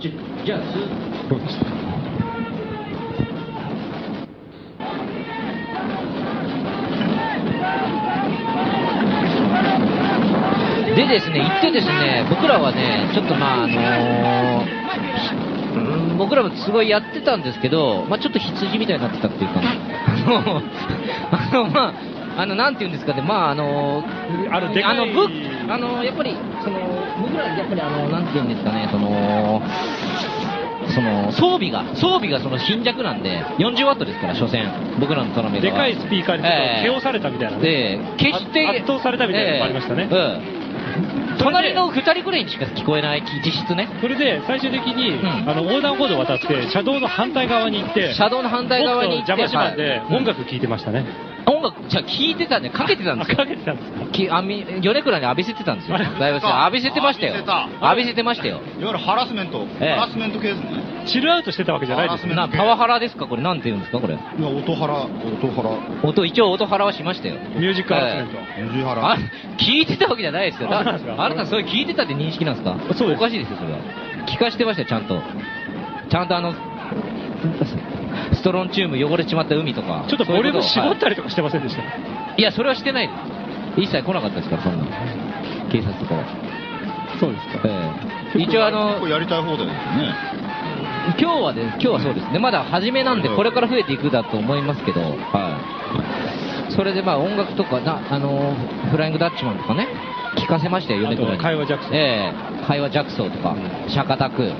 ちょじゃあ、すどうでしたでですね、行ってですね、僕らはね、ちょっとまああのーうん僕らもすごいやってたんですけど、まあちょっと羊みたいになってたっていうか、あの、あの、 まああの、なんて言うんですかね、まああのあのでかいあの、ぶあの、やっぱり、その、僕ら、やっぱりあの、なんて言うんですかね、その、その、装備が、装備がその貧弱なんで、40ワットですから、所詮、僕らのトラメガではかいスピーカーにちょっええと、けおされたみたいなね。で、決して、あ圧倒されたみたいなのもありましたねええうん隣の二人くらいにしか聞こえない、実質ね。それで、最終的に、うんあの、横断歩道を渡って、車道の反対側に行って、車道の反対側に行って、僕と邪魔しまんで、はい音楽聴いてましたね。音楽、じゃあ聞いてたんで、かけてたんですあよか。けてたんですかきあみ米倉に浴びせてたんですよ。あだれいぶ浴びせてましたよ。浴びせた浴びせてましたよ。いわゆるハラスメント、ええハラスメント系ですね。チルアウトしてたわけじゃないですよ。なパワハラですかこれ、なんて言うんですかこれ。いや、音ハラ、音ハラ、音、一応音ハラはしましたよ。ミュージックハラスメント。 NG ハあラ。、聞いてたわけじゃないですよ。だあそうなんですかあなたそれ聞いてたって認識なんですかそうですおかしいですよ、それは。聞かしてましたよ、ちゃんと。ちゃんとあの、ストロンチウム汚れちまった海とか。ちょっとボリューム絞ったり、りとかしてませんでした。はいいや、それはしてないです。一切来なかったですから、そんなの。警察とかは。そうですか。ええ一応あ結構の、やりたい放題ですよね。今日はね、今日はそうですね。まだ初めなんで、これから増えていくだと思いますけど、はい。それでまあ音楽とか、な、あの、フライングダッチマンとかね、聞かせましたよ、米倉あに。と会話ジャクソンええ会話ジャクソンとか、シャカタク、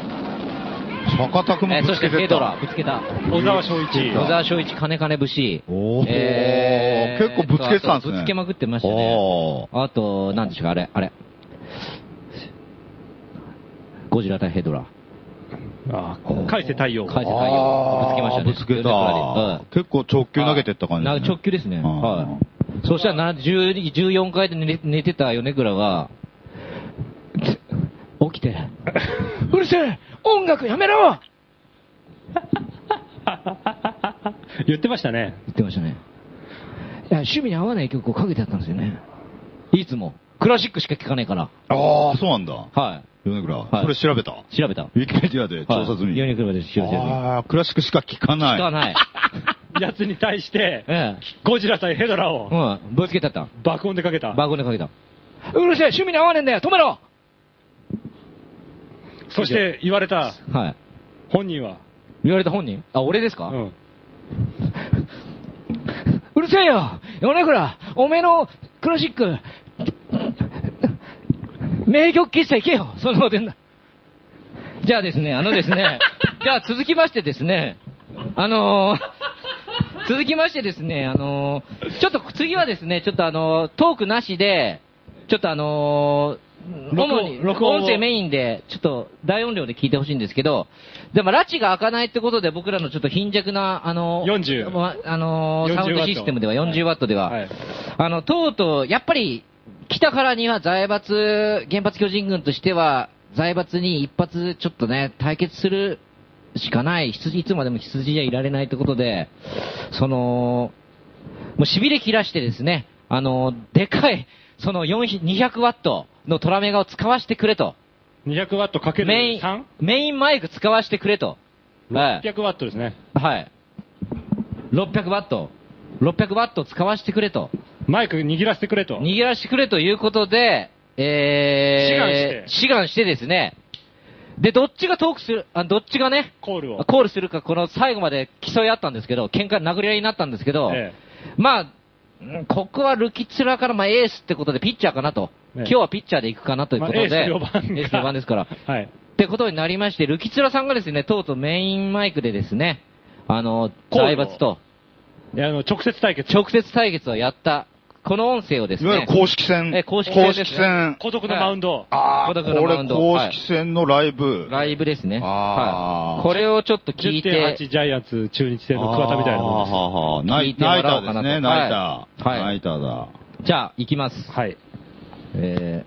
坂田え君もーそぶしつてけフてェっドた。ラー、ぶつけた。小沢昭一。小沢昭一、金金節。おー結構ぶつけてたんあですねとぶつけまくってましたね。おあと、なんでしょうか、あれ、あれ。ゴジラ対ヘドラ。ああ、返せ太陽。返せー太陽。ぶつけましたあね。ーぶつけたうん。結構直球投げてった感じなですね。直球ですね。あーはい。そしたらな10 14回で寝寝てた米倉が、起き て、うるせえ音楽やめろ 言ってましたね。言ってましたね。いや、趣味に合わない曲をかけてやったんですよね。いつも。クラシックしか聴かないから。ああ、そうなんだ。は米倉、はいそれ調べたい。調べた。ウィキペディアで調査済み。はい米倉です、調査済み。聞ああ、クラシックしか聞かない。かない。やつに対して、ええ。 ゴジラ対ヘドラをうん、ぶつけたった。爆音でかけた。バーコンでかけた。うるせえ趣味に合わねえんだよ止めろそして言われたはい。本人は、言われた本人あ、俺ですか、うん。うるせえよ米倉おめえのクラシック、名曲喫茶行けよそんなこと言うんだ。じゃあですね、あのです ね、じゃあ続きましてですね、あのー続きましてですね、あのーちょっと次はですね、ちょっとあのートークなしで、ちょっとあのー録音主に、録音を音声メインで、ちょっと大音量で聞いてほしいんですけど、でも、拉致が開かないってことで、僕らのちょっと貧弱な、あのー、 40まあのー40サウンドシステムではワット40ワットでは、はいあの、とうとう、やっぱり、来たからには財閥、原発巨人軍としては、財閥に一発ちょっとね、対決するしかない、羊、いつまでも羊じゃいられないってことで、その、もう痺れ切らしてですね、あの、でかい、その400 200ワットのトラメガを使わせてくれと。 200ワットかけるメイ 3?600 ン、メインマイク使わせてくれと。はい。ワットですね。はい。600ワット。600ワット使わせてくれと。マイク握らせてくれと。逃げらしてくれということで、えー、志志願してですね、で、どっちがトークする、あどっちがね、コールを。コールするか、この最後まで競い合ったんですけど、喧嘩殴り合いになったんですけど、えまあ、うんここはルキツラからまあエースってことでピッチャーかなと、ええ今日はピッチャーで行くかなということで、まあエース四番かエース四番ですから、はい。ってことになりまして、ルキツラさんがですね、とうとうメインマイクでですね、あの、コールを財閥といやあの、直接対決。直接対決をやった、この音声をですいわゆねる、公式戦。え公式戦ですね戦孤独なマウンド。ああ、孤こ独のマウれンド公式戦のライブ。ライブですね。あーはい。これをちょっと聞い10.8ジて、ャイアンツ中日戦の桑田みたいなもんあーはあはあナ聞イいてナもイらタおうかーでなとすね、ナイター。はいナイターだ。じゃあ、行きます。です。はい。え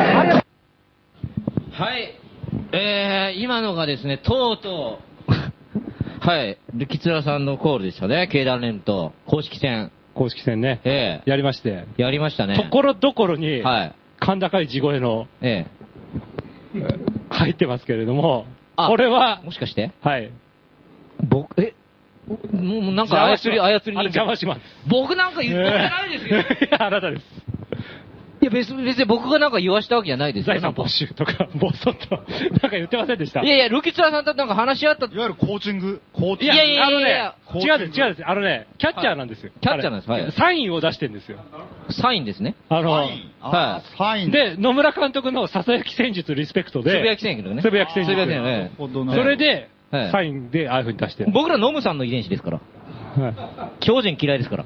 ー、はい。えー、今のがですね、とうとう、はい、ルキツラさんのコールでしたね、経団連と公式戦、公式戦ね。ええやりまして。やりましたね。ところどころに、はい。甲高い地声のええ入ってますけれども、あこれは、もしかしてはい。僕、えもうもうなんか操り、操りあれ人邪魔形。します。僕なんか言ってないですよ。え ーいやあな たです。いや別に、別に僕がなんか言わしたわけじゃないですよ。財産没収とか、ぼそっと、なんか言ってませんでした。いやいや、ルキツラさんとなんか話し合ったいわゆるコーチングコーチングいやいやいやいやあのね、違うんです、違うんです。あのね、キャッチャーなんですよ。キャッチャーなんですはいあれサインを出してるんですよ。サインですね。あフのァ、イン。あーファイン。、で、野村監督のささやき戦術リスペクトつぶやでき、戦略のね。つぶやき戦術つぶやき戦ほ略どそな れ、では、いサインでああいう風に出してる。僕らノムさんの遺伝子ですから。はい狂人嫌いですから。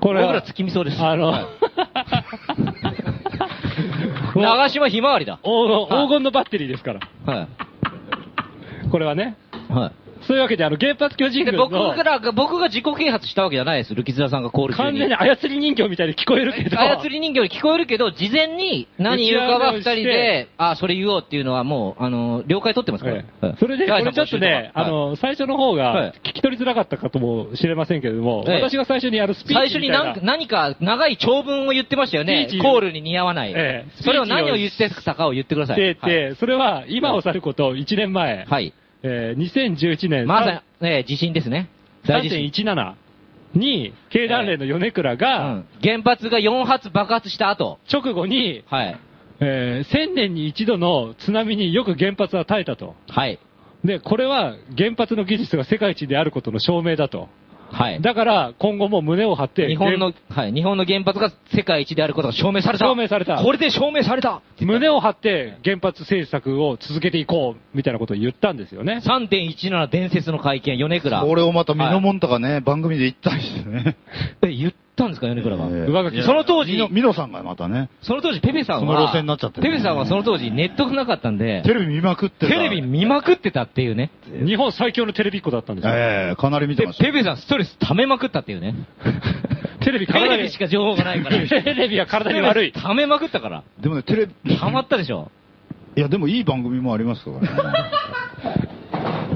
こ僕ら月見そうです。あの、 はいお長島ひまわりだ。黄金黄金のバッテリーですから。はこれはね。い。はい。そういうわけで、あの、原発巨人軍の僕から、僕が自己啓発したわけじゃないです。ルキズラさんがコール中完に。全に操り人形みたいに聞こえるけど、操り人形に聞こえるけど、事前に何言うかは二人打ち合わせで、あ、それ言おうっていうのはもう、あの、了解取ってますから。ええそれで、こガイされんちょっとね、募集あかはいの、最初の方はいが聞き取りづらかったかともしれませんけれども、ええ私が最初にやるスピー最チ初みにたいな。何何か長い長文を言ってましたよねスピー。チコールに似合わない。ええそれを何を言ってたかを言ってください。で、はいで、それは、今を去ること1年前、はい。えー2011年まさに、ええ地震ですね。大地震。 3.17に、経団連の米倉うがん、原発が4発爆発した後。直後に、はい。えー1000年に一度の津波によく原発は耐えたと。はい。で、これは原発の技術が世界一であることの証明だと。はい。だから、今後も胸を張って、日本の、はい、日本の原発が世界一であることが証明された。証明されたこれで証明された胸を張って原発政策を続けていこうみたいなことを言ったんですよね。 !3.17 伝説の会見、米倉。これをまたミノモンタがね、番組で言ったりしてね。え、言ったんですか、米倉が。ええ上書きいやその当時ミノミノさんがまたね、その当時、ペペさんは、その路線になっちゃってるペペさんはその当時、ネットがなかったんで、テレビ見まくってテたレビ見まくってたっていうね。日本最強のテレビっ子だったんですよ。ええかなり見てでま、した。ペペさんストレス溜めまくったっ ていうね。テレビテ体にレビしか情報がないから。テレビは体に悪いストレス溜めまくったから。でもね、テレビ、溜まったでしょ。いや、でもいい番組もあります から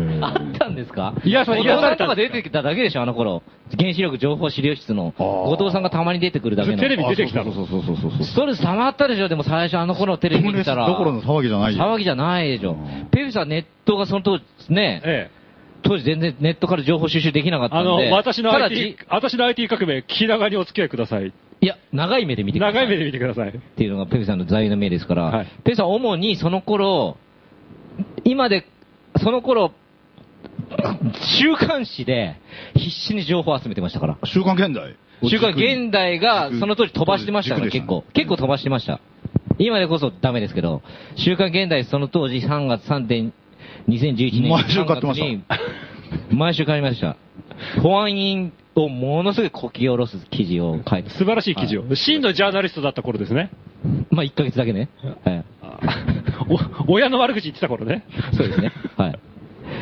ね。あったんですかいやそう後いや藤そうさんとか出てきただけでしょ、あの頃。原子力情報資料室の。あー後藤さんがたまに出てくるだけの。テレビ出てきたのあそうそうそうそうそうそう。ストレス溜まったでしょ、でも最初あの頃テレビ見てたら。どころの騒ぎじゃないよ。騒ぎじゃないでしょうん。ペペさんネットがその当時ね、ええ。当時全然ネットから情報収集できなかったあんの、で。私の直 IT ち、私の IT 革命、気長にお付き合いください。いや、長い目で見てくださ長いい目で見てください。っていうのがペペさんの座右の銘ですから、はいペペさんは主にその頃、今で、その頃、週刊誌で必死に情報を集めてましたから。週刊現代。週刊現代が軸その当時飛ばしてましたから、軸でし結たね構。結構飛ばしてました。今でこそダメですけど、週刊現代その当時3月3点、2011年毎週3買っ月てまにし、毎週買いました。保安員をものすごいこき下ろす記事を書いて、素晴らしい記事を。真のジャーナリストだった頃ですね。まあ1ヶ月だけね。はい お親の悪口言ってた頃ね。そうですね。はい。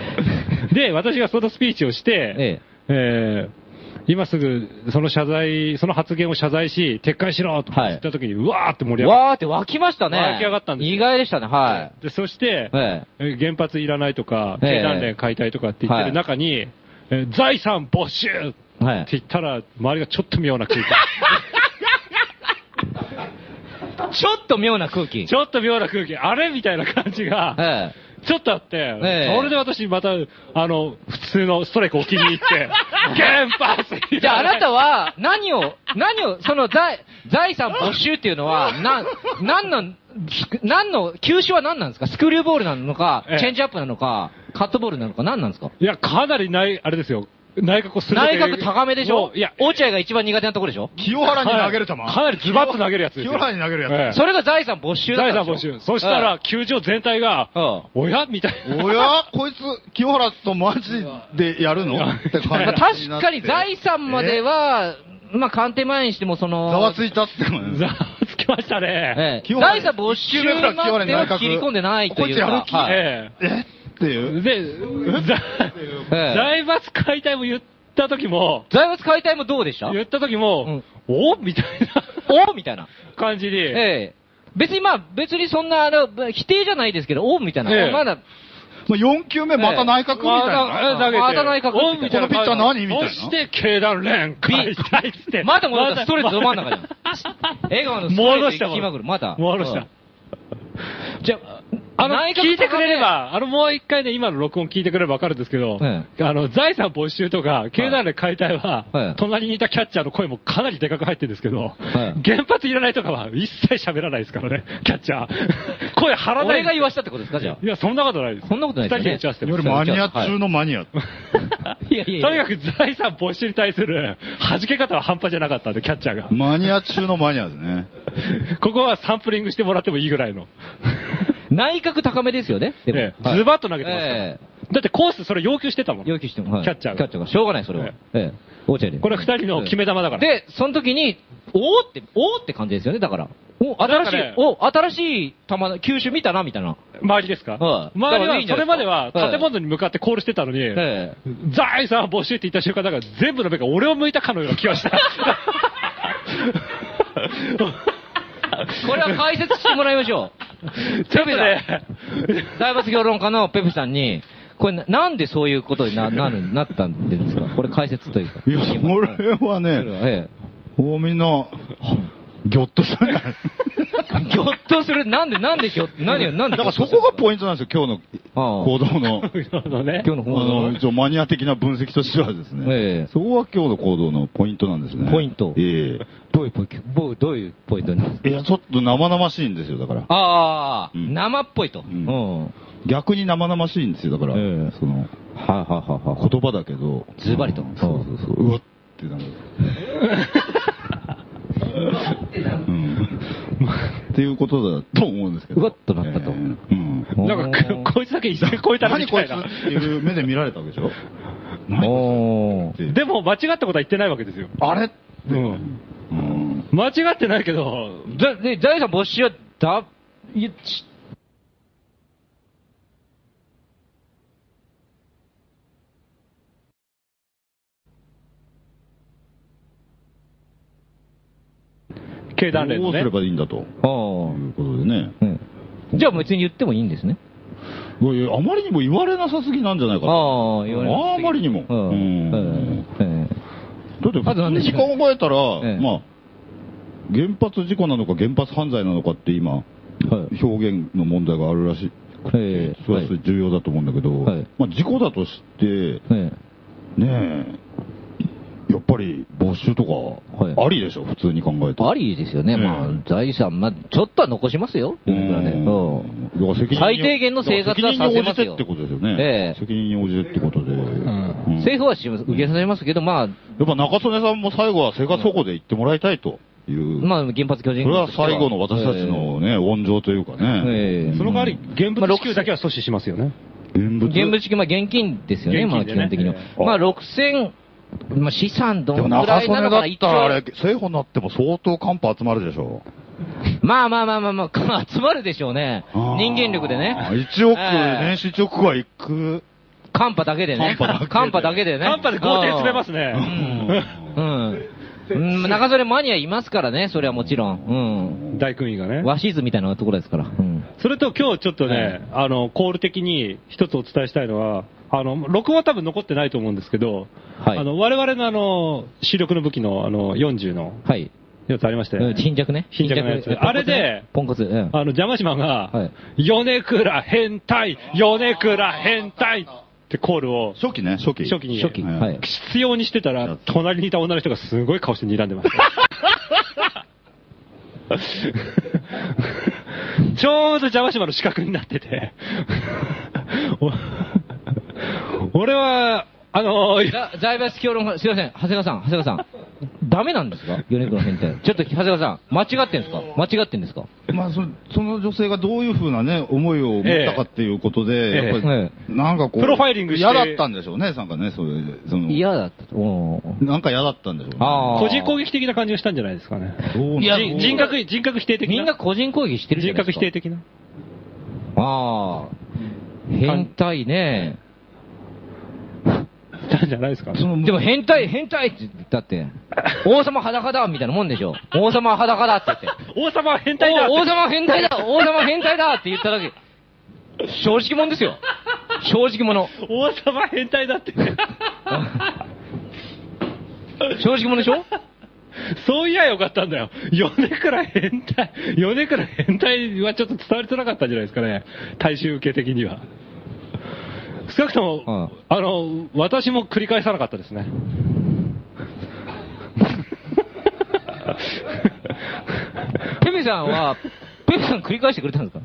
で、私がそのスピーチをして、えー今すぐその謝罪、その発言を謝罪し、撤回しろとはい言った時に、うわーって盛り上がっわーって湧きましたね。湧き上がったんですよ意外でしたね、はて、でそしてい。、ええー原発いらないとか、ええ経団連解体とかって言ってる中に、えー財産没収ってえ。はい。言ったら、周りがちょっと妙な空気。 ちょっと妙な空気。ちょっと妙な空気、あれみたいな感じが、えちょっとあって、ええそれで私また、あの、普通のストライクを気に入 って、原発え。 じゃああなたはは、何を、何を、その財、財産没収っていうのは、な、何の、何の、球種は何なんですかスクリューボールなのかええ、チェンジアップなのか、カットボールなのか、何なんですかいや、かなりない、あれですよ。内角をする内角高めでしょいや、落合が一番苦手なところでしょ清原に投げる球。かなりズバッと投げるやつです清よ原に投げるやそれが財産没収だっ財た産んで募すよ集。そしたえら、球場全体がえ、うんおやみたいつ。な。おやこいつ、清原とマジでやるのって感じまあ確かに財産までは、は、まあ鑑定前にしてもそざの、わついたってのはねざわつきましたね。ええ、財産没収までは切り込んでないというか。こいつやる気はいええってえいう。で、ざええ財閥解体も言った時も、財閥解体もどうでした言った時も、おみたいなおみたいな。感じに、ええ。別にまあ、別にそんな、あの、否定じゃないですけど、おみたいな。ええまだ、まあ、4球目また内角みたいまな。た投げてまた内角おみたいこのなピッチャー何みたいなそして、経団連解体っつって。また戻った、ストレートど真ん中じゃん。 笑顔のストレ戻ーしトた行きまくる、また。戻した。じゃあ、あの、内閣聞いてくれれば、あの、もう一回ね、今の録音聞いてくれればわかるんですけど、えあの、財産没収とか、経団連解体は、はい隣にいたキャッチャーの声もかなりでかく入ってるんですけど、い原発いらないとかは一切喋らないですからね、キャッチャー。声張らない。俺が言わしたってことですか、じゃいや、そんなことないです。そんなことないですよ二ね人で打ち合わせてよまりすマニア中のマニア。あ。いやいやいや。とにかく財産没収に対する弾け方は半端じゃなかったんで、キャッチャーが。マニア中のマニアですね。ここはサンプリングしてもらってもいいぐらいの。内角高めですよね。でもええは いズバッと投げてますからえだってコースそれ要求してたもん。え要求しても、はいキャッチャーがキャッチャーが。しょうがない、それは。えええ。落合で。これ二人の決め球だから。で、その時に、おーって、おーって感じですよね、だから。お、新なんしい、かねお、新しい玉の、球種見たな、みたいな。周りですかはい周りだからいいは、んじそゃなれいですかまでははい建物に向かってコールしてたのに、ええザイさん募集って言った瞬間だから全部の目が俺を向いたかのような気がした。これは解説してもらいましょう。ちょっとねペペさん大罰評論家のペペさんに、これななんでそういうことにななるなったんですかこれ解説というか。いや、それはね、えもうみんな、ぎょっとしたね。 え、ぎょっとする。なんで、なんでぎょ、何よ、なんでだぎょっかとらする。そこがポイントなんですよ、今日ああの行動の。なるほどね。今日のあの、本一応マニア的な分析としてはですね。ええそこが今日の行動のポイントなんですね。ポイントえどういうポイントどうどういうポイントなんですかえいや、ちょっと生々しいんですよ、だから。ああ、うん生っぽいと。うんん。はい逆に生々しいんですよ、だから。ええその、はいはいはい。言葉だけど。ズバリとそうそうそう。うわってなる。うんっていうことだと思うんですけど。うわっとなったとええうん。なんか、こいつだけ一線超えたなみ何こたいいつっな。ていう目で見られたわけでしょ何おーつでも、間違ったことは言ってないわけですよ。あれうん。うん。間違ってないけど、だ、で、財産没収は、だ、い、ち、経団連どのうすねれ。ばいいんだと。あとーいうことでね。うん。じゃあ別に言ってもいいんですね。いやいやあまりにも言われなさすぎなんじゃないかと。ああ、言われあまりにもうんうんうん。だってあと何普で通しにょう考えたら、ええまあ、原発事故なのか原発犯罪なのかって今、はい。表現の問題があるらしい。ええそれはそれ重要だと思うんだけど、はいまあ事故だとして、えねえ、やっぱり没収とかはいありでしょ、普通に考ええて。ありですよね。ええまあ、財産、まあ、ちょっとは残しますよ。う僕らねんだから責任に最低限の生活はさせますよ責任に応じてってことですよね。ええ責任に応じてってことで。うん政府はし受けさせますけど、まあ、やっぱ中曽根さんも最後は生活保護で行ってもらいたいという。まあ、原発巨人それは最後の私たちのね、温情というかえね。えその代わり、現物支給だけは阻止しますよね。現物。現物式、まあ、現金ですよね、現まあ、金で基ね本的には。ええまあ、6000、まあ、資産どでものぐ中らい曽な根のだかっな、一た応らああれれ、政府になっても相当寒波集まるでしょ。まあまあまあまあまあ、集まるでしょうね。あー人間力でね。 1億、ええ年始1億は行く。カンパだけでね。カンパだけでね。カンパで5点詰めますうね。ん。うん。うん、中曽根マニアいますからね、それはもちろん。大君位がうねん。。和ズみたいなところですから。うん。それと今日ちょっとえね、あの、コール的に一つお伝えしたいのは、あの、録音は多分残ってないと思うんですけど、はいあの、我々のあの、主力の武器のあの、40のはい。やつありましたようんね。貧弱ね。貧弱のやつ貧あれでポンコツね。ポンコツ。あの、邪魔島が、はい米倉変態米倉変態ってコールを 初期ね、初期。初期うん。に初期。ええはい。必要にしてたら、隣にいた女の人がすごい顔して睨んでま した。ちょうど邪魔島の死角になってて。お俺は、あのーざ財閥評論家、すいません、長谷川さん、長谷川さん。ダメなんですか米倉変態。ちょっと、長谷川さん、間違ってんですか間違ってんですかまあそ、その女性がどういうふうなね、思いを持ったかっていうことで、ええやっぱりえ、なんかこう、プロファイリングして嫌だったんでしょうね、なんかね、そういう、その、嫌だった。おーなんか嫌だったんでしょうね。あー個人攻撃的な感じがしたんじゃないですかね。どうなんいや人人格、人格否定的な。みんな個人攻撃してるじゃ人ない格です否か。定的な。ああ、変態ね。したんじゃないですかね。でも変態、変態って言ったって、王様裸だみたいなもんでしょ。王様裸だって言って。王様は変態だお王様変態だ王様変態だって言っただけ。正直者ですよ。正直者。王様変態だ って。正直者でしょ そういやよかったんだよ。米倉変態、 米倉変態はちょっと伝わりづらかったんじゃないですかね。大衆受け的には。少なくとも、あの、私も繰り返さなかったですね。ペペさんは、ペペさん繰り返してくれたんですか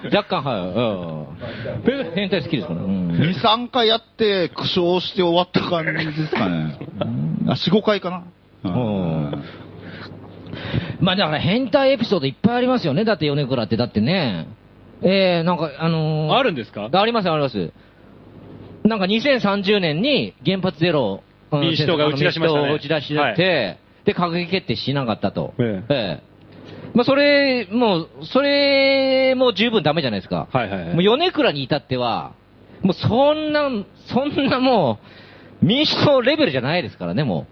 干、若干、はいうん。変態好きですから。うん2、3回やって、苦笑して終わった感じですかね。あ、4、5回かな。うんまあだから変態エピソードいっぱいありますよね。だって米倉って、だってね。えー、なんか、あのーあるんですかありますあります。なんか2030年に原発ゼロ、民主党が打ち出しましたね民主党を打ち出しちゃって、で、閣議決定しなかったと。えええまあ、それ、もう、それも十分ダメじゃないですか。はいはいはいもう、米倉に至っては、もう、そんな、そんなもう、民主党レベルじゃないですからね、も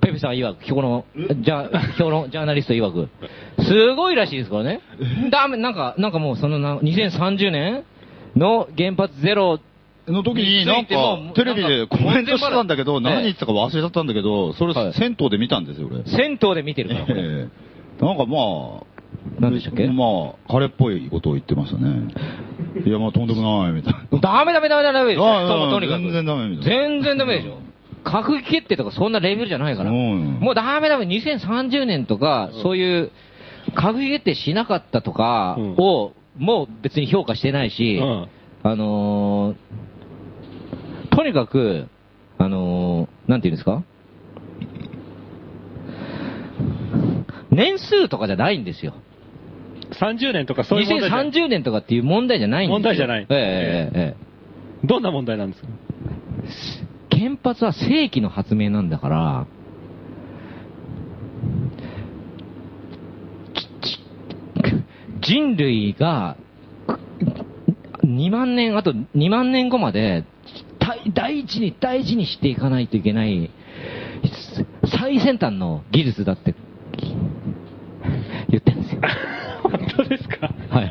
う。ペペさん曰く、今日の、じゃ、今日のジャーナリスト曰く。すごいらしいですからね。ダメ、なんか、なんかもう、そのな、2030年の原発ゼロの時に、なにんかついても、テレビでコメントしてたんだけど、なんかええ何言ってたか忘れちゃったんだけど、それはい、銭湯で見たんですよ、俺。銭湯で見てるから、これ。ええなんかまあ、何でしたっけまあ、彼っぽいことを言ってましたね。いや、まあ、とんでもない、みたいな。ダメダメダメダメですああともとにかく。全然ダメみたいな全然ダメでしょ。閣議決定とかそんなレベルじゃないから。そうよもうダメダメ、2030年とか、そういう、閣議決定しなかったとかうんを、もう別に評価してないし、うんあのーとにかく、あのーなんて言うんですか年数とかじゃないんですよ。 30年とかそういう問題じゃ2030年とかっていう問題じゃないんですよ。問題じゃないええええええ。どんな問題なん ですか原発は世紀の発明なんだから、ちち人類がく2万年、あと2万年後まで大大事に大事にしていかないといけない最先端の技術だって言ってるんですよ。本当ですかは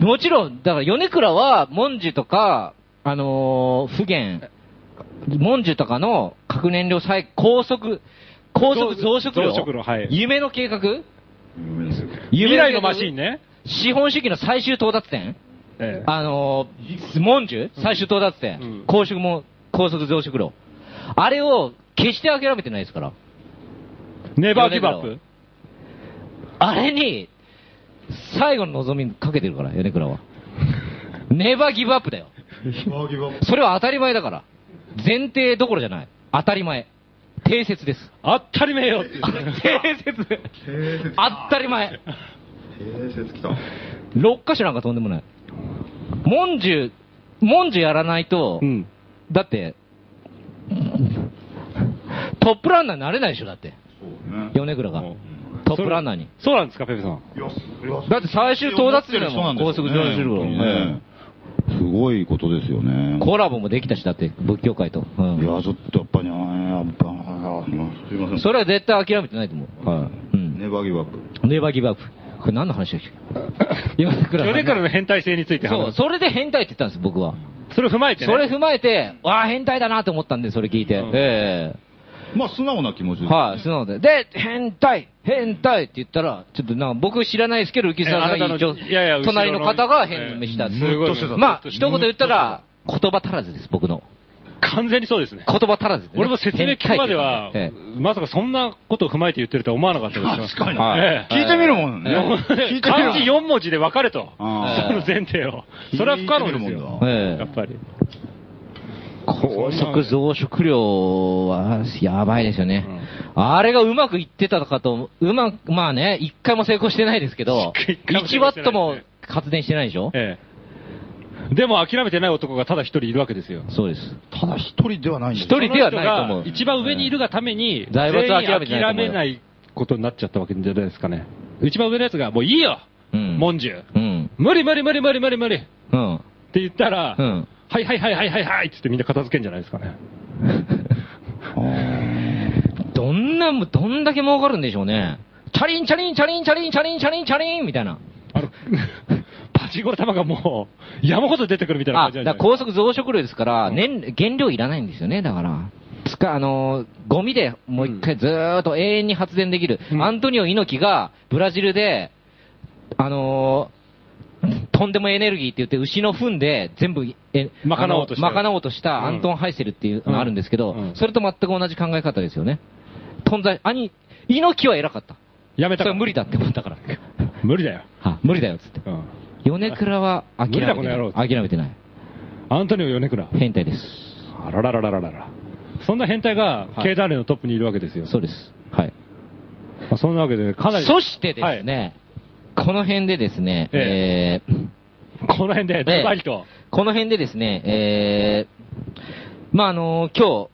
い。もちろん、だから米倉は、文殊とか、あのー、普賢、文殊とかの核燃料再、高速、高速増殖炉。増殖炉はい夢の計画 未夢来計の画マシン。ね。資本主義の最終到達点ええあのー、文殊最終到達点、うん高速も、高速増殖炉。あれを決して諦めてないですから。ネバーギブアッ米プ。あれに、最後の望みかけてるから、米倉は。ネバーギブアップだよ。それは当たり前だから。前提どころじゃない。当たり前。定説です。あったりめえよって。定説。当たり前。説来た。 6箇所なんかとんでもない。文殊、文殊やらないと、うん。だって、トップランナーになれないでしょ、だって。米倉がうん。トップランナーに。そうなんですか、ペペさん。だって最終到達点だもん、思高って速る上人なん昇ですよ路もね本当にねすごいことですよね。コラボもできたし、だって、仏教界と。ういん、や、ちょっとやっぱり、あーやっぱ、あーすいません。それは絶対諦めてないと思う。はうい。んネバーギブアップ。ネバーギブアップ。これ何の話でしたっけ米倉米からのの変態性についてそ話う、す。それで変態って言ったんです、僕は。それを踏まえてね。それ踏まえて、わあ、変態だなと思ったんで、それ聞いて。うんえまあ、素直な気持ちえです。はい、素直で。で、変態変態って言ったら、ちょっとなんか僕知らないですけど、浮沢さんえあなたの一応いやいや後ろの隣の方が変でした。ええすごいうんまあ、一言言ったら、言葉足らずです、僕の。完全にそうですね。言葉足らずですね、俺も説明聞くまでは変態って言ったらねええ、まさかそんなことを踏まえて言ってるとは思わなかったです確かに。はいえ聞いてみるもんね。聞えいてみる 漢字4文字で分かれと。そあーの前提を。それは不可能です聞いてみるもよん。ええやっぱり。高速増殖量はやばいですよね。あれがうまくいってたかと、うまく、まあね、一回も成功してないですけど 一、回も成1功ワしてないですねットも発電してないでしょええ。でも諦めてない男がただ一人いるわけですよ。そうです。ただ一人ではないんだ一人ではないそとの思人う。が一番上にいるがために、財閥は諦めて全な員諦いと思うよめないことになっちゃったわけじゃないですかね。一番上のやつが、もういいようん文殊うん。無理無理無理無理無理無理ってうん。言ったら、うん。はいはいはいはいはいはいっつってみんな片付けんじゃないですかね。どんな、どんだけ儲かるんでしょうね。チャリンチャリンチャリンチャリンチャリンチャリンチャリンみたいな。あの、パチンコの玉がもう、山ほど出てくるみたいなあ、感じなだんかじゃらない高速増殖量ですから、燃原料いらないんですよね、だから。つか、あのーゴミでもう一回ずーっと永遠に発電できる。うんアントニオ猪木が、ブラジルで、あのーとんでもエネルギーって言って、牛の糞で全部、え、賄おうとしたあの賄おうとしたアントン・ハイセルっていうのがあるんですけど、うんうんそれと全く同じ考え方ですよね。存在、あに、猪木は偉かった。やめたそかられは無理だって思った から。無理だよ。は無理だよ、つって。うん。米倉は諦めて無理だなこの野い。郎諦めてない。アントニオ・ヨネクラ。変態です。あららららららら。そんな変態が、い経団連のトップにいるわけですよ。そうです。はい。まあそんなわけで、かなり。そしてですね、この辺でですね、ええーこの辺で、ずばりえと。この辺でですね、えーまああのー今日、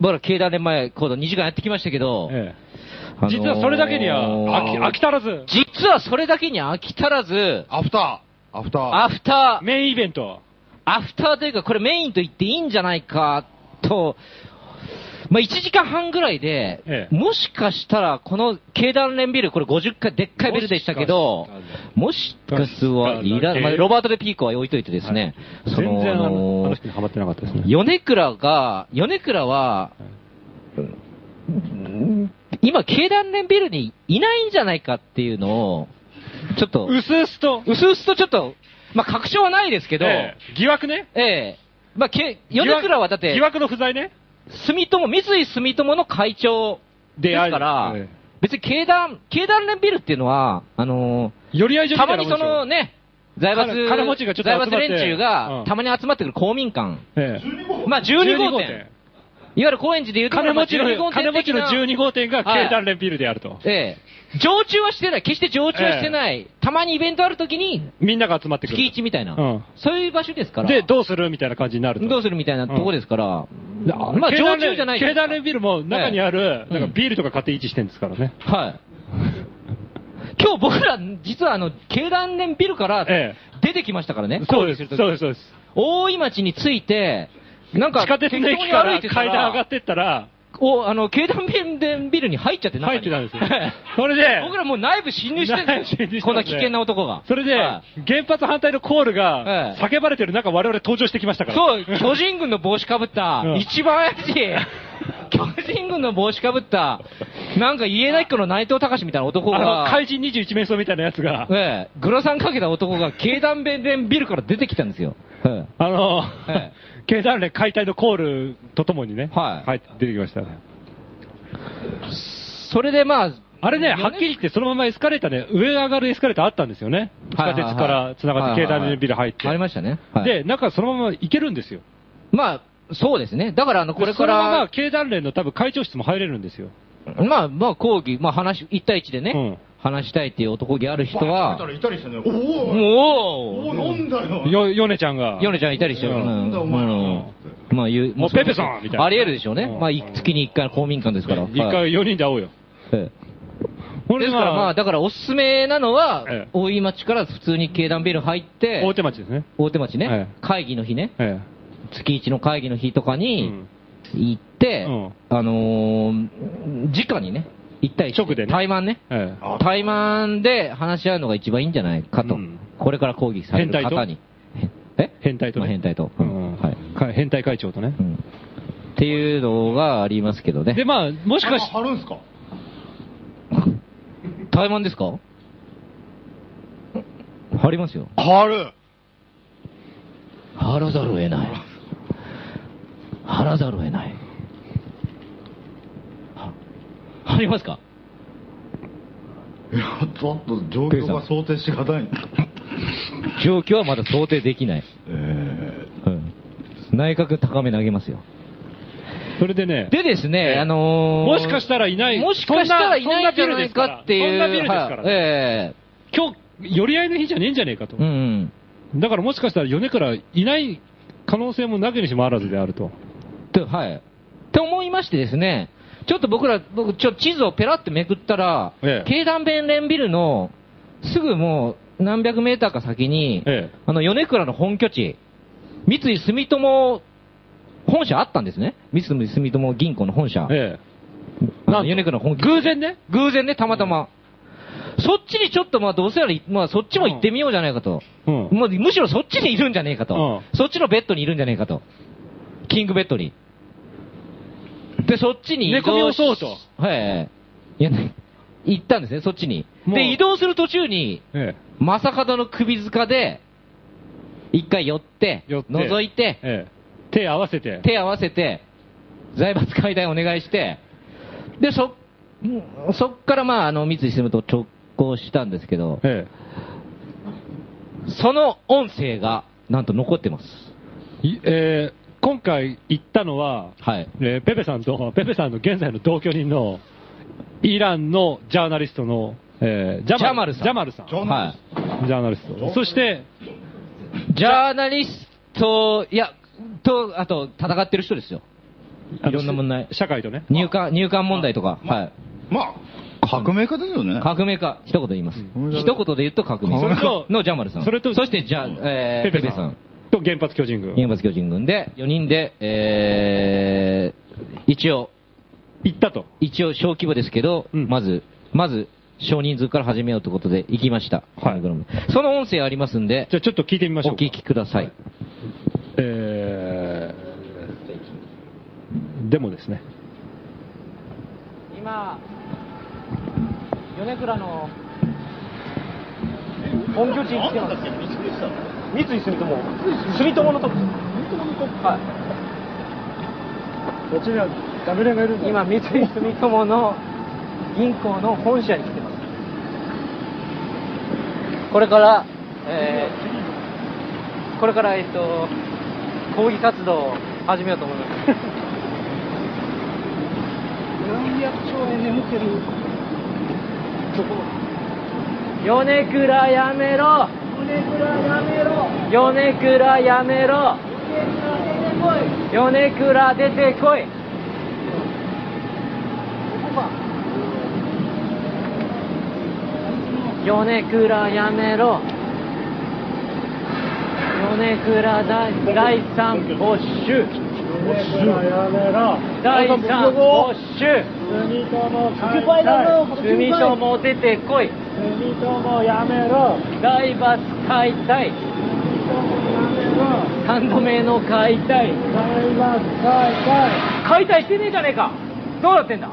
僕ら経団連前、今度2時間やってきましたけど、えあのー実はそれだけには飽き飽き足らず実はそれだけに飽き足らず、アフター。アフター。アフえター、メインイベント。アフターというか、これメインと言っていいんじゃないかと、まあ、1時間半ぐらいで、ええもしかしたら、この経団連ビル、これ50階、でっかいビルでしたけど、もしかすは、いら、まあ、ロバート・デ・ピーコは置いといてですね、そ全の、然ああのの話にはまってなかったですね。米倉が、米倉は、今、経団連ビルにいないんじゃないかっていうのを、ちょっと、うすうすと、うすうすとちょっと、まあ、確証はないですけど、えええ疑惑ね。えまあ、け、米倉はだっ疑て、惑の不在ね。住友、三井住友の会長でであすりからええ、別に経団、経団連ビルっていうのは、あの寄り合いー所みたたまいなにもんでしそょのね、財閥、金金持ちがちょっと集財まって閥連中うがんたまに集まってくる公民館。えまあ、え12号号店。いわゆる高円寺でいうとこ金ろの持ち12号の、店金持ちの12号店がはい経団連ビルであると。ええ。常駐はしてない。決して常駐はしてない。たまにイベントあるときに、みんなが集まってく月る。一みたいな、うんそういう場所ですから。で、どうするみたいな感じになると。どうするみたいなとこですから。あまあ、経団常連駐じゃない経団連ビルも中にある、ええなんかビールとか買って位置してるんですからね。はい。今日僕ら、実はあの、経団連ビルからえ出てきましたからね。そうです、抗議そうるです、そうです。とき大井町に着いて、なんか、地下鉄の駅から階段上がってったら、お、あの、経団連ビルに入っちゃって中入に。ってたんですよ それで、僕らもう内部侵入してるん内部侵入してでますすねよ。こんな危険な男が。それで、は原発反対のコールがええ叫ばれてる中、我々登場してきましたいから。そう、巨人軍の帽子かぶったうん、一番怪しい、 巨人軍の帽子かぶった、なんか家なき子の内藤隆みたいな男あの、が、怪人21面相みたいなやつが、ええ、グラサンかけた男が経団連ビルから出てきたんですよ。ええあの、 え経団連解体のコールとともにね、はい出てきましたね。それでまあ、あれね、米はっきり言って、そのままエスカレーターね、上上がるエスカレーターあったんですよね。地はい下はいはい鉄から繋がって、は経いはいはい団連ビル入って。ありましたね。はいで、中そのまま行けるんですよ。まあ、そうですね。だからあの、これかそのままら、経団連の多分会長室も入れるんですよ。まあ、まあ、講義、まあ話、一対一でね、話したいっていう男気ある人バーはッ、て開けたらいたりしてね。おーもうおーなんだよ。よ、ヨネちゃんが。ヨネちゃんいたりしてる。うんなんだお前らうんまあ言う。もうペペさんみたいなあり得るでしょうね。うんまあい月に1回の公民館ですから。一は回い。4人で会おうよ。えほえんでですからままあ、あ、だからおすすめなのはええ、大井町から普通に経団ビル入って、大手町ですね。大手町えねえ、会議の日ね、え月一の会議の日とかえ。うにん行ってうん、あのー、直にね、一対一。直でね対マンね。ええ。対マンで話し合うのが一番いいんじゃないかとうん。これから抗議される方に。え変態とまね。あ変態と。ううんんははいい。か変態会長とね。うんっていうのがありますけどね。で、まあ、もしかしあ貼るんすか台湾ですか貼りますよ。貼る。貼らざるを得ない。貼らざるを得ない。は貼りますかいや、ちょっと状況が想定しがたい。状況はまだ想定できない。えうん。内閣高め投げますよ。それでね、でですね、あのー、もしかしたらいないもしかしたらいないんじゃないかっていう。そんなビルですからはいえ今日、寄り合いの日じゃねえんじゃねえかとえ。うん。だからもしかしたら米倉いない可能性もなきにしもあらずであると。と、はい。と思いましてですね、ちょっと僕ら、僕、ちょ、地図をペラってめくったら、ええ経団弁連ビルの、すぐもう、何百メーターか先に、ええあの、米倉の本拠地、三井住友、本社あったんですね。三井住友銀行の本社。えあなんとの米倉の本拠地。偶然ね。偶然ね、たまたま。そっちにちょっと、まあ、どうせなら、まあ、そっちも行ってみようじゃないかと。え。うもうむしろそっちにいるんじゃねえかと、うそっちのベッドにいるんじゃねえかと、キングベッドに。で、そっちに移動寝込みをそうと。はいはいはい。いや、ね行ったんですね、そっちに。もうで、移動する途中に、え正門の首塚で、一回寄って、寄って覗いてえ。、ええ。手合わせて。手合わせて、財閥解体お願いして、で、そ、んそっからまあ、あの、三井住友と直行したんですけど、えその音声が、なんと残ってます。え。いええ今回行ったのは、はい。えーペペさんと、 ペペさんの現在の同居人の、イランのジャーナリストの、えージャマルジジャャママルさん。ジーナリはスャーナリスト。そして、い。ジャーナリスト、いや、と、あと、戦ってる人ですよ。いろんな問題。社会とね。入管、入管問題とか。はい。まあ、革命家ですよね。革命家、一言言います。一言で言うと革命それとのジャンマルさん。それとそして、じゃあ、えー、ペペさん。。と原発巨人軍。原発巨人軍で、4人で、えー、一応、行ったと。一応小規模ですけど、うんまず、まず、少人数から始めようということで行きました。はいその音声ありますんでじ、ゃあちょっと聞いてみましょおうか。聞きください。えー、でもですね。今、米倉の本拠地に来てます。三井住友。住友のトップ。はい。こっちにはダメがいるんだ。今、三井住友の銀行の本社に来てます。これから、えーこれから、えっと、抗議活動を始めようと思います。何百兆円眠ってるとこ米倉やめろ米倉やめろ米倉やめろ米倉出てこい米倉出てこい米倉やめろ米倉だ第三没収第三没収住友出てこい財閥解体三度目の解体解体してねえじゃねえかどうなってんだ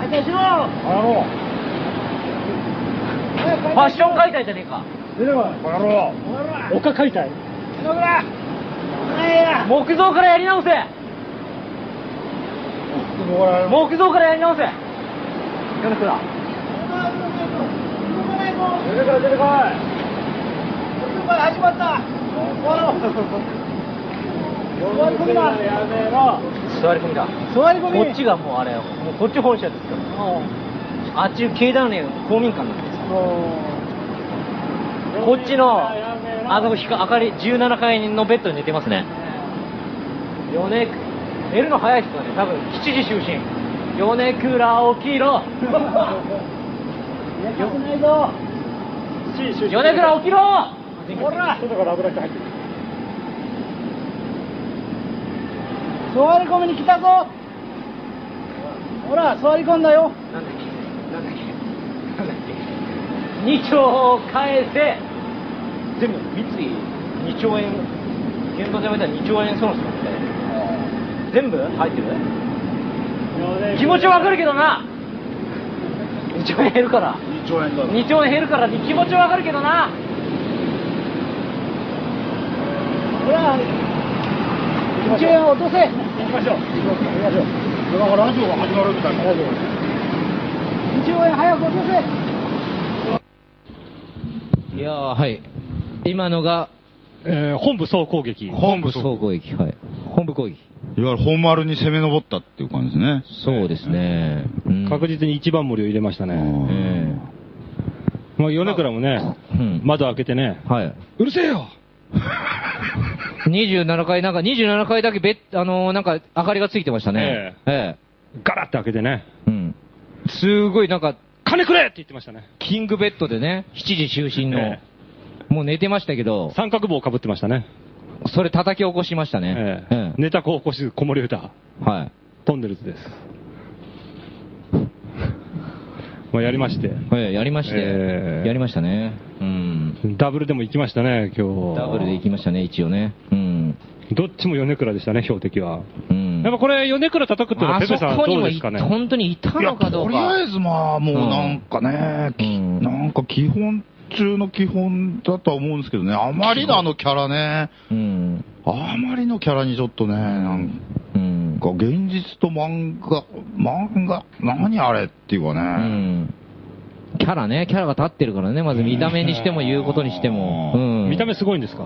解体しろファッション解体じゃねえか丘解体木造からやり直せ木造からやり直せ米倉座り込みだこっちがもうあれよもうこっち本社ですよあっち経団連公民館なんですよこっちのあのひか明かり17階のベッドに寝てますね米寝るの早い人だね多分7時就寝米倉起き ろ米倉起きろほ座らり込みに来たぞほら座り込んだよなんだっけなんだっけなんだっけ2兆を返せ全部三井2兆円現場でやめたら2兆円損したんで全部入ってる気持ちはわかるけどな2兆円減るから2兆円だ2兆円減るからに気持ちはわかるけどなほら1兆円落とせ行きましょう行きましょうだからラジオが始まるみたいな。 1兆円早く落とせいやー、はい。今のが、えー、本部総攻撃。本部総攻撃。はい。本部攻撃。いわゆる本丸に攻め上ったっていう感じですね。そうですね。うん確実に一番盛りを入れましたね。えまあ、米倉もね、うん窓開けてねえ、はい。うるせえよ27階、なんか27階だけべあのーなんか明かりがついてましたね。ええガラッて開けてね、うん。すごいなんか、金くれって言ってましたね。キングベッドでね、7時就寝の、えもう寝てましたけど、三角棒をかぶってましたね。それ叩き起こしましたねえ。ええネタ高校室子守歌、えはい。トンネルズです。まあやりまして、ええやりまして、ええやりましたね。うん。ダブルでも行きましたね、今日。ダブルで行きましたね、一応ね。うん。どっちも米倉でしたね、標的は。うん。やっぱこれ、米倉叩くっていうのは、あペそペさんこにどうもですいかね。本当にいたいや、のかどとうりあか。えずまあ、もうなんかね、きうんなんか基本中の基本だとは思うんですけどね、あまりのあのキャラね、うん。あまりのキャラにちょっとね、なんうん。か現実と漫画、漫画、何あれっていうかうね、ん。キャラね、キャラが立ってるからね、まず見た目にしても言うことにしても。うん。見た目すごいんですか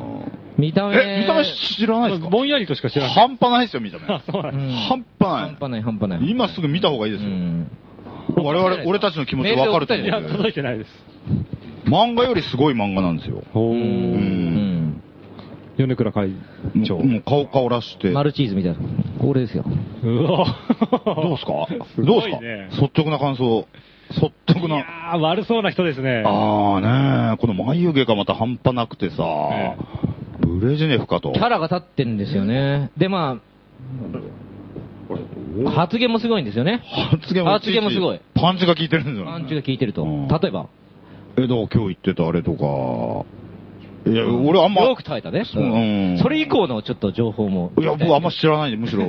見た目。え、見た目知らないですかぼんやりとしか知らない。半端ないですよ、見 た目。あそうなんうですん半半端な端ない、半端ない。い。今すぐ見た方がいいですうよ。ん。我々、俺たちの気持ちわかると思いや、うん届で。いてないです。漫画よりすごい漫画なんですよ。おううんん。米倉会長。もう顔顔らして。マルチーズみたいな。これですよ。うわどうすかすどうごすいかね率直な感想。率直いな。やー、悪そうな人ですね。あーねーこの眉毛がまた半端なくてさ、えブレジネフかと。キャラが立ってるんですよね。で、まあ、発言もすごいんですよね。発言もいち発いち言もすごい。パンチが効いてるんですよね。パンチが効いてるとうん。例えば、え、だから今日言ってたあれとか、いや、俺あんま、よく耐えたね。そううんそれ以降のちょっと情報も。いや、僕あんま知らないんで、むしろ、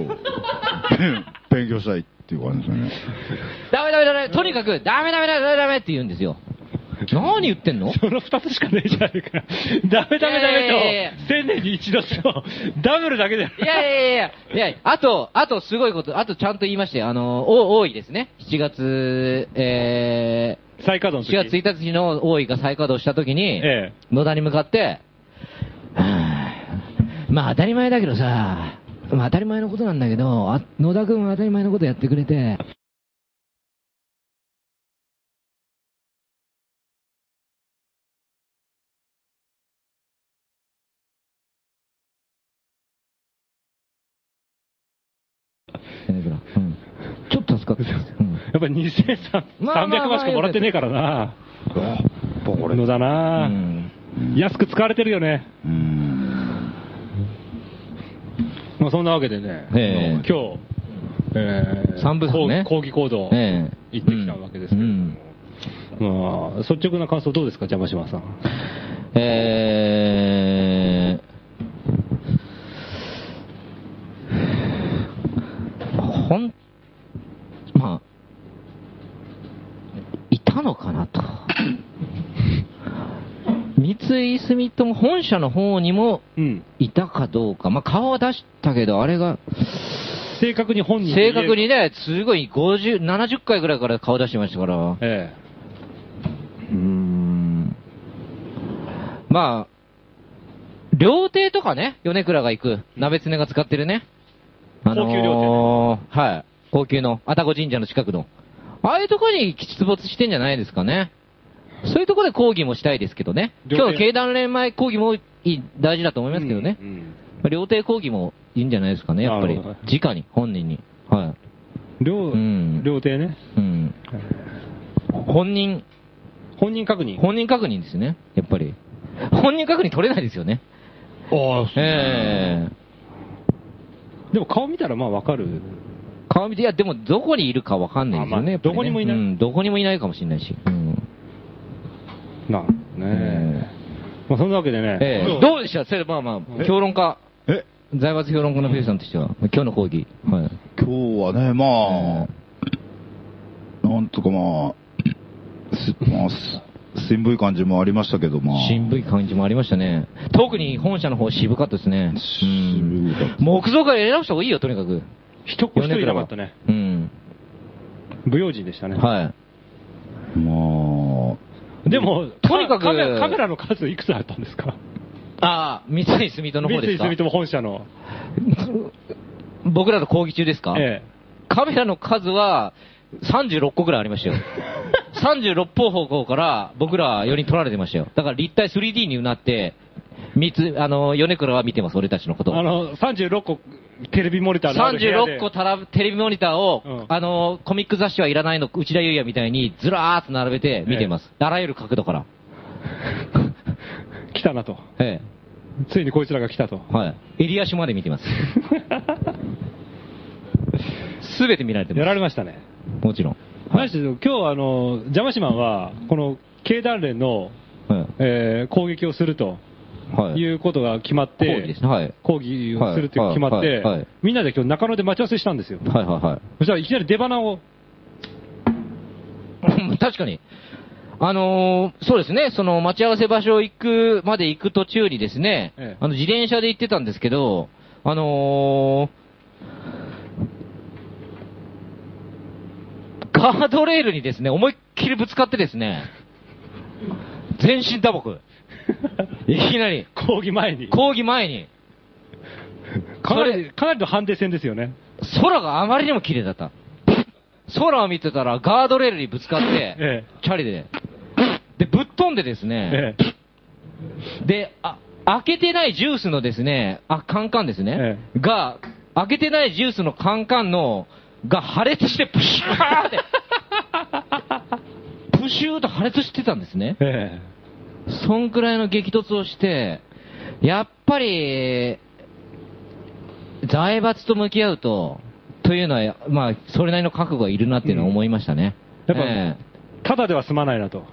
勉強したいっていう感じですよね。ダメダメダメ、とにかく、ダメダメダメダメダメって言うんですよ。何言ってん のその二つしかねえじゃない か。ダメダメダいやいやいやメと、千年に一度と、 ダブルだけで。いやいやいやいや、いや、あと、あとすごいこと、あとちゃんと言いまして、あの、お多いですね。7月、え再稼ー、働7の月時。 1日の大井が再稼働したときに、ええ野田に向かって、はぁまあ当たり前だけどさ、まあ当たり前のことなんだけど、あ野田君は当たり前のことやってくれて、うんちょっと助かったです。うん やっぱ2300まあまあ万しかもらってねえからな。のだうな、ん安く使われてるよね。うん。まあそんなわけでね、ええ今日、えー三部作ね抗抗議行動、ええ行ってきたわけですけどうんまあ、率直な感想どうですか、邪魔しまさん。えー、ほん、まあ、いたのか なと。三井住友本社の方にもうん。いたかどうか。まあ、顔は出したけど、あれが、正確に本人正確にね、すごい50、70回ぐらいから顔出してましたから。ええうーんまあ、料亭とかね、米倉が行く、鍋つねが使ってるね。高級料亭、はい。高級の、愛宕神社の近くの。ああいうとこに出没してんじゃないですかね。そういうとこで講義もしたいですけどね。料亭今日の経団連前講義もいい大事だと思いますけどね。うん料亭講義もいいんじゃないですかね、やっぱりなるほ。直に、本人に。は両、うん両手ね。い。うん。本人、本人確認。本人確認ですね、やっぱり。本人確認取れないですよね。ああ、ええでも顔見たらまあわかる。顔見て、いや、でもどこにいるかわかんないですよあまあね。やっぱりねどこにもいないうん、どこにもいないかもしれないし。うんなるほどね。まあそんなわけでね、ええどうでしたそれ、まあまあ、評論家。え財閥評論家のフィルさんとしては、今日の講義。はい。今日はね、まあ、なんとかまあ、す、まあ、す、しんぶい感じもありましたけど、まあ。渋い感じもありましたね。特に本社の方渋かったですね。渋かった木造から選ぶ人がいいよ、とにかく。一人いなかったね。うん。不用心でしたね。はい。まあ、でも、とにかくカメラカメラの数いくつあったんですかああ、三井住友の三方で井すか住友本社の。僕らの講義中ですかえカメラの数は36個ぐらいあ りましたよ。36方方向から僕ら4人撮られてましたよ。だから立体 3D になって、三つ、あの、米倉は見てます、俺たちのこえ。と。あの、36個テレビモニターのある部屋で36個たらテレビモニターを、うんあの、コミック雑誌はいらないの、内田優也みたいにずらーっと並べて見てます。あらゆる角度から。来たなと。えついにこいつらが来たと。え。はい。襟足まで 見てます。すべて見られてやまられましたね。す。もちろん。マジで今日あの、ジャマシマンは、この経団連の、はえー攻撃をするとい。はい。いうことが決まって、講義ですね。はい。抗議をするっていう決まっはいはいはいはてい、みんなで今日中野で待ち合わせしたんですよ。はいはいはい。そしたらいきなり出花 を、うん確かに。あのーそうですね、その待ち合わせ場所行くまで行く途中にですね、ええあの自転車で行ってたんですけど、あのーガードレールにですね、思いっきりぶつかってですね、全身打撲。いきなり、抗議前に。講義前に、かなそり、れかなりの判定戦ですよね。空があまりにも綺麗だった。空を見てたらガードレールにぶつかって、えチャリで。で、ぶっ飛んでですね、ええで、あ、開けてないジュースのですね、あ、カンカンですね。えが、開けてないジュースのカンカンの、が破裂して、プシュ ーって。プシューと破裂してたんですね。えそんくらいの激突をして、やっぱり、財閥と向き合うと、というのは、まあ、それなりの覚悟がいるなっていうのは思いましたね。やっぱええただでは済まないなと。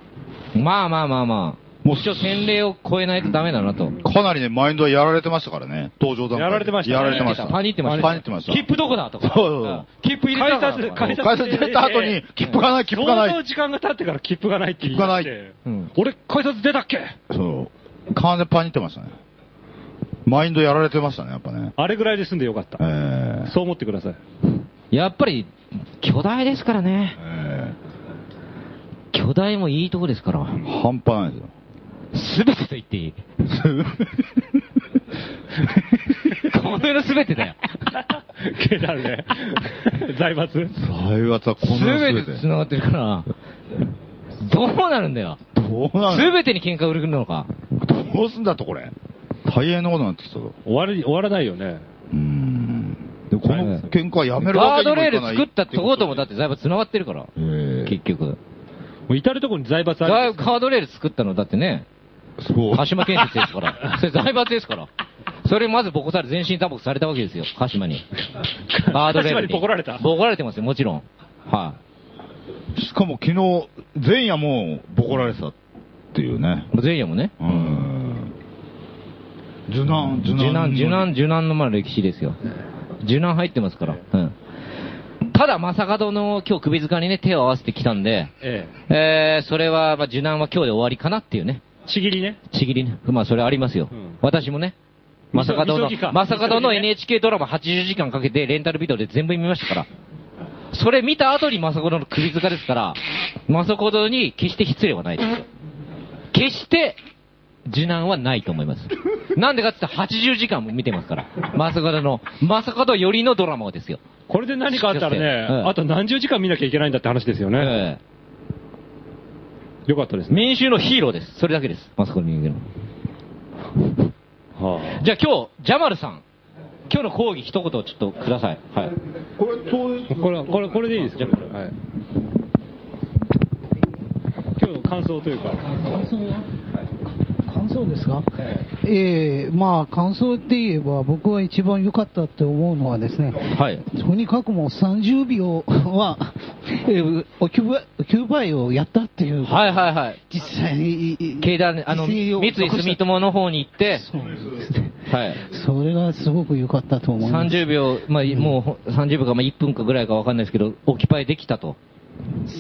えまあまあまあまあ。もう一応先例を超えないとダメだなと。かなりね、マインドはやられてましたからね、登場段階でやられてましたねやられてました。パニってました。パニってました。切符どこだとか。そうそうそうん切符入れ改たか札とで、か改改札札出た後に、切符がない、切符がな相当い。時間が経ってから切符がないって言い出して切うん俺、改札出たっけそう。完全にパニってましたね。マインドやられてましたね、やっぱね。あれぐらいで済んでよかった。えそう思ってください。 やっぱり、巨大ですからえね。え巨大もいいとこですから。え半端ないですよ。すべてと言っていい。この世のすべてだよ。けだね。 財閥財閥はこすんなにべ全てて。繋がってるから、どうなるんだよ。どうなするべてに喧嘩売るのか。どうすんだと、これ。大変なことになってきたぞ。終わり、終わらないよね。うーん。で、こはのい喧嘩はやめるガわーけドにもレいールかない作ったところともだだって財閥繋がってるから。え結局。もう至るところに財閥あガる。ードレール作ったのだってね、えそう。鹿島建設で すから。それ財閥ですから。それまずボコされ、全身打撲されたわけですよ。鹿島に。ガードレール鹿島にボコられたボコられてますよ、もちろん。はい。しかも昨日、前夜もうボコられてたっていうね。前夜もね。うーん。受難、受受難。難、受難、受難のまあ歴史ですよ。受難入ってますから。うん。ただ、正門の今日首塚にね、手を合わせてきたんで、ええー、それは、まあ、受難は今日で終わりかなっていうね。え。ちぎりね。ちぎりね。まあ、それありますよ。うん私もね、まさかどのみそぎか、まさかどのみそぎね NHK ドラマ80時間かけてレンタルビデオで全部見ましたから。それ見た後にまさこどの首塚ですから、まさこどに決して失礼はないですよ。決して、受難はないと思います。なんでかって言ったら80時間も見てますから。まさこどの、まさかどよりのドラマをですよ。これで何かあったらね、うんあと何十時間見なきゃいけないんだって話ですよね。えよかったですえね。民衆のヒーローです。それだけです。まさこど人間の。はあじゃあ今日、ジャマルさん。今日の講義一言ちょっとください。はい。これ当日これ、これ、これでいいですか、はい、今日の感想というか、感想は感想ですか、ええまあ感想って言えば僕は一番良かったって思うのはですね、はい。とにかくもう30秒は、えー、お9倍、9倍をやったっていう、はいはいはい。実際に、経団連、あの、実三績を井住友の方に行って、そうですねはい。それがすごく良かったと思います。 30秒、まあ、もう30秒か、まあ、1分かぐらいかわかんないですけど、オキパイできたと。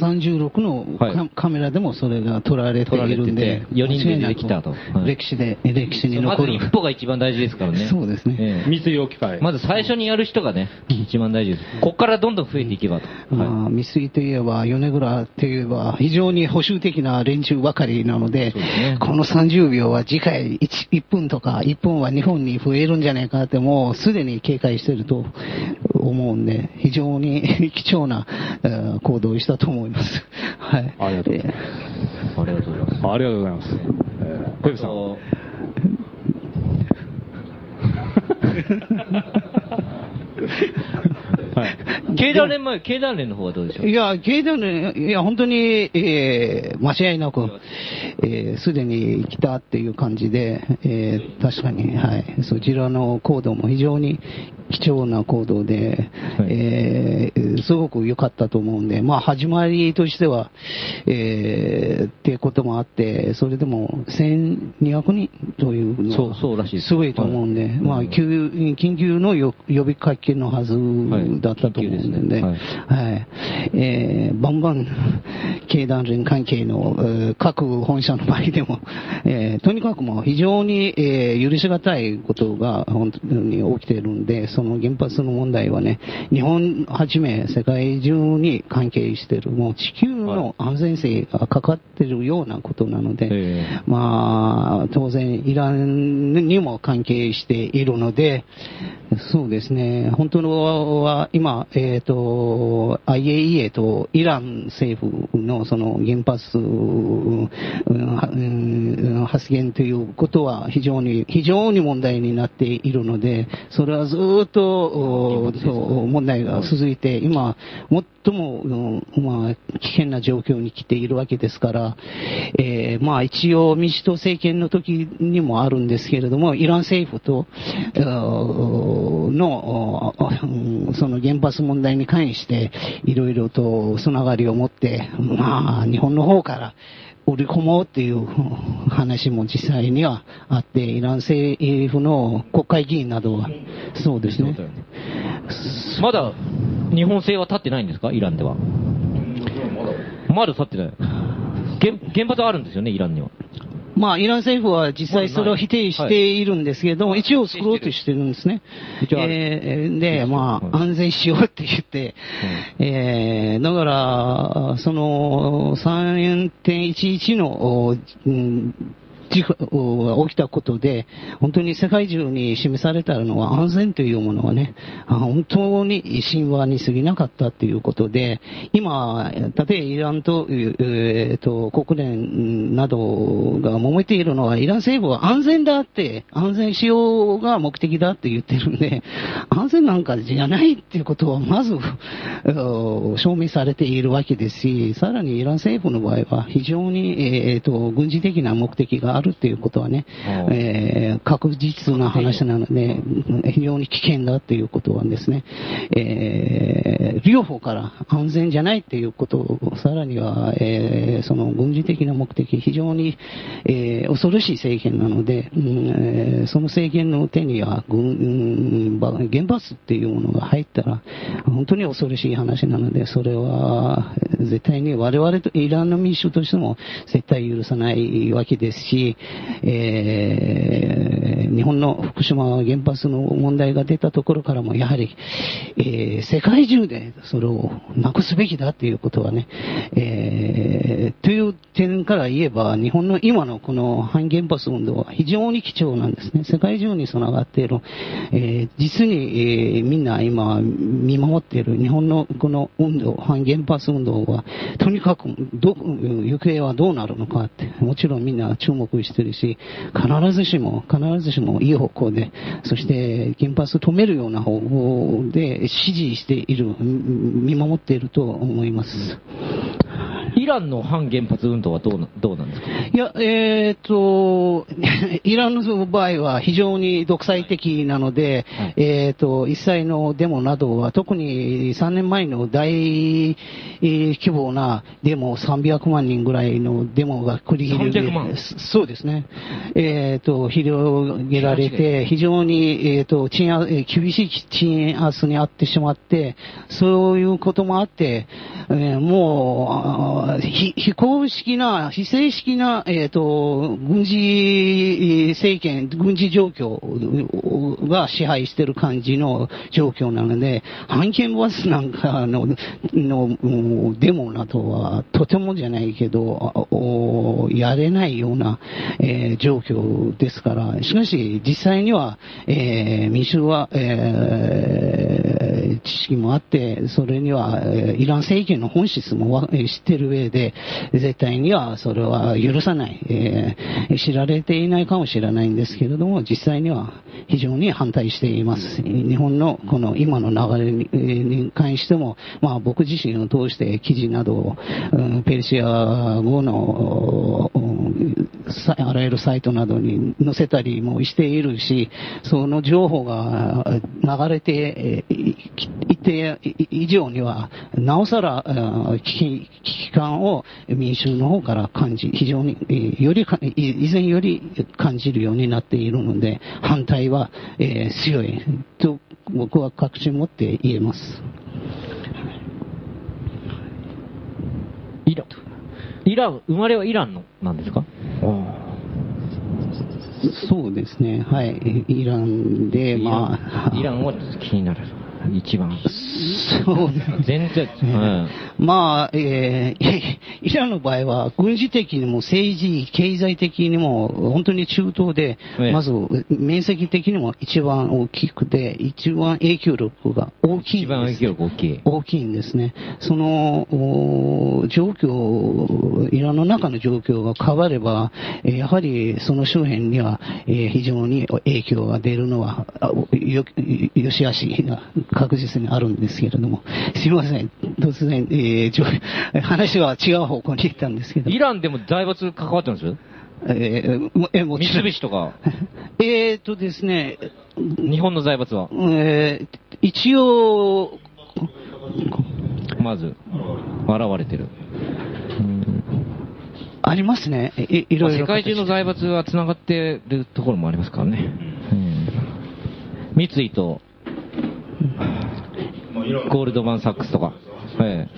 36のカ,、はいカメラでもそれが撮られているんで、撮られてて四人でできたと間違いなくはい歴史で、歴史にまず残る。一歩が一番大事ですからね。そうですねええ三井オキパイ、まず最初にやる人がね、一番大事です。ここからどんどん増えていけばと。はまあ、三井といえば、米倉といえば、非常に保守的な連中ばかりなので、そうですねこの30秒は次回 1, 1分とか、1分は日本に増えるんじゃないかって、もうすでに警戒してると思うんで、非常に 貴重なえー行動をしたと思います。はい。ありがとうございい。ありがとうございます。あありがとうございます、えー、小籔さん、はい、経団連前、経団連の方はどうでしょういや、経団連、いや、本当に、えー、間違いなく、えーすでに来たっていう感じで、えー確かに、はい、そちらの行動も非常に貴重な行動で、はいえーすごく良かったと思うんで、まあ、始まりとしては、えーっていうこともあって、それでも1200人というのは、そうそうらしいですすごいと思うんで、はいまあ、急緊急のよ呼びかけのはずだったと思うんで、はい緊急ですねはいはい。えーバンバン、経団連関係の、えー各本社の場合でも、 えーとにかくもう非常に、えー許し難いことが本当に起きているんで、その原発の問題はね、日本はじめ世界中に関係している、もう地球ムの安全性がかかってるようなことなので、えまあ、当然、イランにも関係しているので、そうですね、本当は今、えっ、と、IAEA とイラン政府のその原発、うんうん発言ということは非常に、非常に問題になっているので、それはずっと、おそう問題が続いて、今、最も、うんまあ、危険な状況に来ているわけですから、えーまあ、一応、民主党政権の時にもあるんですけれども、イラン政府と、うんの、うんその原発問題に関して、いろいろとつながりを持って、まあ、日本の方から、織り込もうっていう話も実際にはあって、イラン政府の国会議員などは、そうですね。えまだ、日本製は立ってないんですかイランでは。まだ立ってない。原原発はあるんですよね、イランには。まあ、イラン政府は実際それを否定しているんですけども、はい一応作ろうとしてるんですね。一応あるえーで、まあ、はい安全しようって言って、えーだから、その、3.11の、おうん事故が起きたことで、本当に世界中に示されたのは安全というものはね、あ本当に神話に過ぎなかったということで、今、例えばイランと,、えーと国連などが揉めているのは、イラン政府は安全だって、安全使用が目的だって言ってるんで、 安全なんかじゃないっていうことは、まず、 うん証明されているわけですし、さらにイラン政府の場合は、非常に、えーと軍事的な目的があるということはね、あーえー確実な話なので、非常に危険だということはですね、えー両方から安全じゃないということ、さらには、えーその軍事的な目的、非常に、えー恐ろしい政権なので、うんえーその政権の手には軍、うんば原発っていうものが入ったら、本当に恐ろしい話なので、それはえー絶対に我々と、イランの民主としても絶対許さないわけですし、えー日本の福島原発の問題が出たところからも、やはり、えー世界中でそれをなくすべきだということはね、えーという点から言えば、日本の今のこの反原発運動は非常に貴重なんですね。世界中に繋がっている、えー実に、えーみんな今見守っている日本のこの運動、反原発運動は、とにかくど、行方はどうなるのかって、もちろんみんな注目してるし、必ずしも、必ずしもいい方向で、そして原発止めるような方法で支持している、うん見守っていると思います。イランの反原発運動はどうなどうなんですかいや、えーっと、 イランの場合は非常に独裁的なので、はいえーっと、一切のデモなどは、特に3年前の大えー規模なデモ、300万人ぐらいのデモが繰り広げ300万そうですね。えーっと、広げられて、非常に、えーっと、賃上えー厳しい賃圧にあってしまって、そういうこともあって、えーもうあー、非非公式な、非正式な、えーっと、軍事えー政権、軍事状況が支配してる感じの状況なので、反権バスなんかの、の、うんデモなどは、とてもじゃないけど、あおやれないような、えー状況ですから、しかし、実際には、えー民主は、えー知識もあって、それには、えーイラン政権の本質もわえー知ってる上で、絶対にはそれは許さない、えー知られていないかもしれないんですけれども、実際には非常に反対しています。日本のこの今の流れにえーに関しても、まあ僕自身を通して記事などを、うんペルシア語の、うんさあらゆるサイトなどに載せたりもしているし、その情報が流れてえーいいて以上には、なおさらあー危機危機感を民衆の方から感じ、非常にえーよりかい以前より感じるようになっているので、反対はえー強いと僕は確信持って言えます。イラン。イラン、生まれはイランの、なんですかそうですね、はい、イランで、まあ、イランは気になる。一番。そう です全然、うん。まあ、えー、 イランの場合は、軍事的にも政治、経済的にも、本当に中東でええ、まず、面積的にも一番大きくて、一番影響力が大きい一番ん影ですね響力大きい。大きいんですね。その、お状況、イランの中の状況が変われば、えーやはりその周辺には、えー非常に影響が出るのは、あよ、よしあしが確実にあるんですけれども、すいません。突然、えーちょ話は違う方向に行ったんですけど、イランでも財閥関わってるんですえーもえーもちろ三ん菱とか、 えーとですね、日本の財閥は、えー一応、まず、現れてる。ありますね。いいろいろ。世界中の財閥は繋がってるところもありますからね。うん三井と、ゴールドマン・サックスとか、え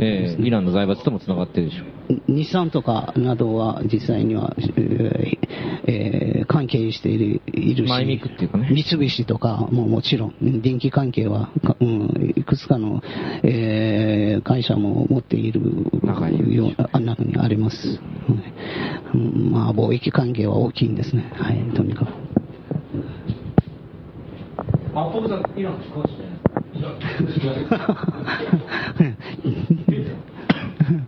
えええイランの財閥とも繋がってるでしょ。日産とかなどは実際には、えーえー関係しているいるし、マイミクっていうかね三菱とかももちろん、電気関係は、かうん、いくつかの、えー会社も持っている中にいるでしょようあ中にあります、はいうんまあ、貿易関係は大きいんですね、はい、とにかく。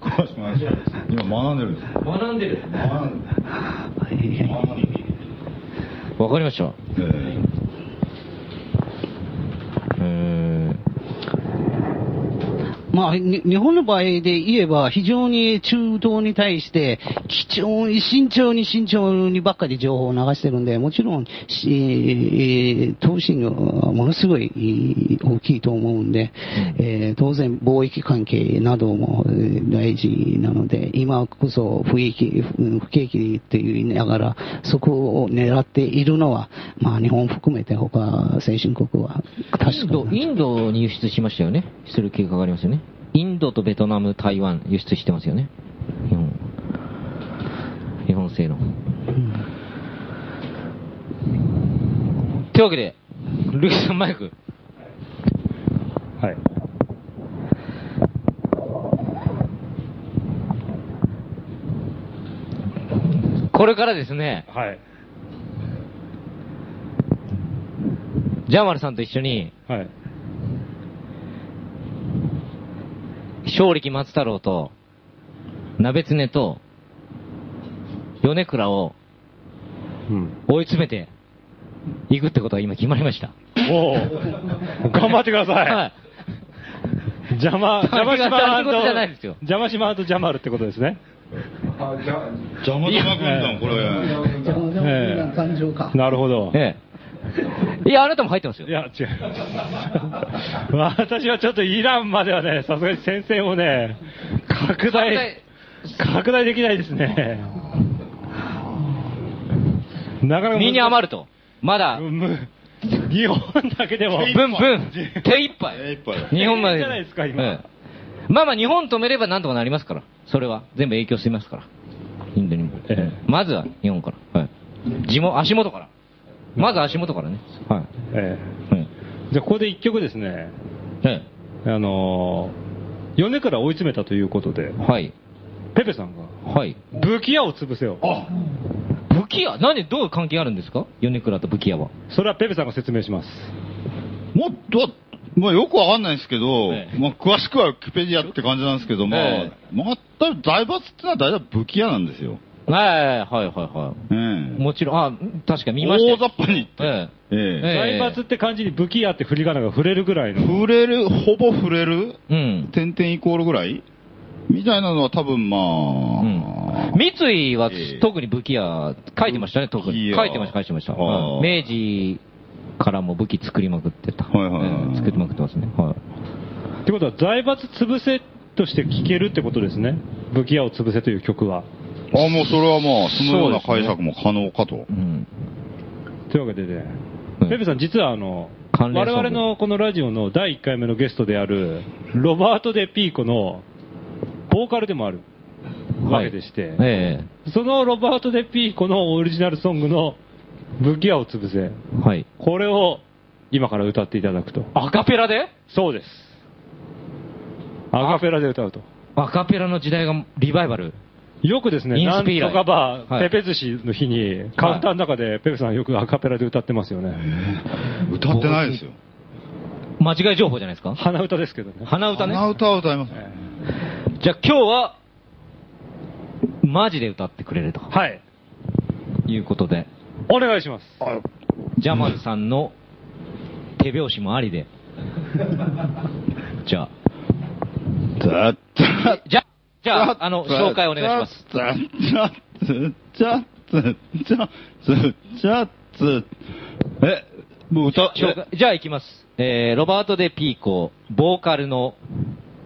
詳しくないです今学んでるんです学んでる。学んではいわかりました。ええまあ、に日本の場合で言えば、非常に中東に対して、貴重に慎重に慎重にばっかり情報を流してるんで、もちろん、しえー投資がものすごいいい大きいと思うんで、えー当然貿易関係などもえー大事なので、今こそ不景気、不不景気って言いながら、そこを狙っているのは、まあ日本含めて他先進国は確かーインド、インドに輸出しましたよね。する計画がありますよね。インドとベトナム、台湾輸出してますよね。日本。日本製の。というわけで、ルイさんマイク。はい。これからですね、はい。ジャマルさんと一緒に、はい。勝力松太郎と、鍋常と、米倉をうん。追い詰めて、いくってことが今決まりました。おお。頑張ってください。はい。邪魔、邪魔しまってことじゃないですよ邪魔しまと邪魔るってことですね。え邪魔邪魔軍団これじゃあ、じゃあみんな感情か。なるほど。ええ。いや、あなたも入ってますよい。や、違う。私はちょっとイランまではね、さすがに先生もね、拡大、拡大できないですね。なかなか難しい。身に余ると。まだ、うんむ日本だけでも。ブンブン、手一手一杯。杯日本まで。じゃないですか今ええまあまあ、日本止めればなんとかなりますから。それは。全部影響してますから。インドにも。ええまずは日本から。はい。地元、足元から。まず足元からね。はい。えうんえじゃあ、ここで一曲ですね。えあのー、米から追い詰めたということでえ。、はい。ペペさんが、はい。武器屋を潰せよ。武器屋何どういう関係あるんですか米倉と武器屋は。それはペペさんが説明します。もっと、まあよくわかんないですけど、ええまあ詳しくはウィキペディアって感じなんですけど、まあ、えまあ、多分財閥ってのは大体武器屋なんですよ。はいはいはいはええい。もちろん、あ、確か見ましたよ。大雑把に言って。えええええ財え閥って漢字に武器屋って振り仮名が触れるぐらいの。触れる、ほぼ触れるうん。点々イコールぐらいみたいなのは多分まうあ、ん三井はええ特に武器屋、書いてましたね、特武器に。屋書いてました、書いてました。ああ明治からも武器作りまくってた。はいはいはいええ作りまくってますね。はい。ってことは、財閥潰せとして聴けるってことですね。武器屋を潰せという曲は。あもうそれはまあ、そのような解釈も可能かと。うん。というわけでね、うんペペさん、実はあの、我関連ソン々グのこのラジオの第1回目のゲストである、ロバート・デ・ピーコの、ボーカルでもあるわけでして、はいえそのロバート・デ・ピーコのオリジナルソングの、武器屋を潰せ。え。はい。これを、今から歌っていただくと。アカペラでそうです。アカペラで歌うと。アカペラの時代がリバイバル。よくですね、インなスんピ以来とかば、はいペペ寿司の日に、カウンターの中で、ペペさんよくアカペラで歌ってますよね。歌ってないですよ。間違い情報じゃないですか鼻歌ですけどね。鼻歌ね。鼻歌は歌いますね。じゃあ今日は、マジで歌ってくれるとはい。いうことで、お願いします。ジャマルさんの手拍子もありで。じゃあ、だったじゃあ、じゃあ、あの、紹介お願いします。す。え、もう歌、紹介じゃあ行きます。えー、ロバート・デ・ピーコ、ボーカルの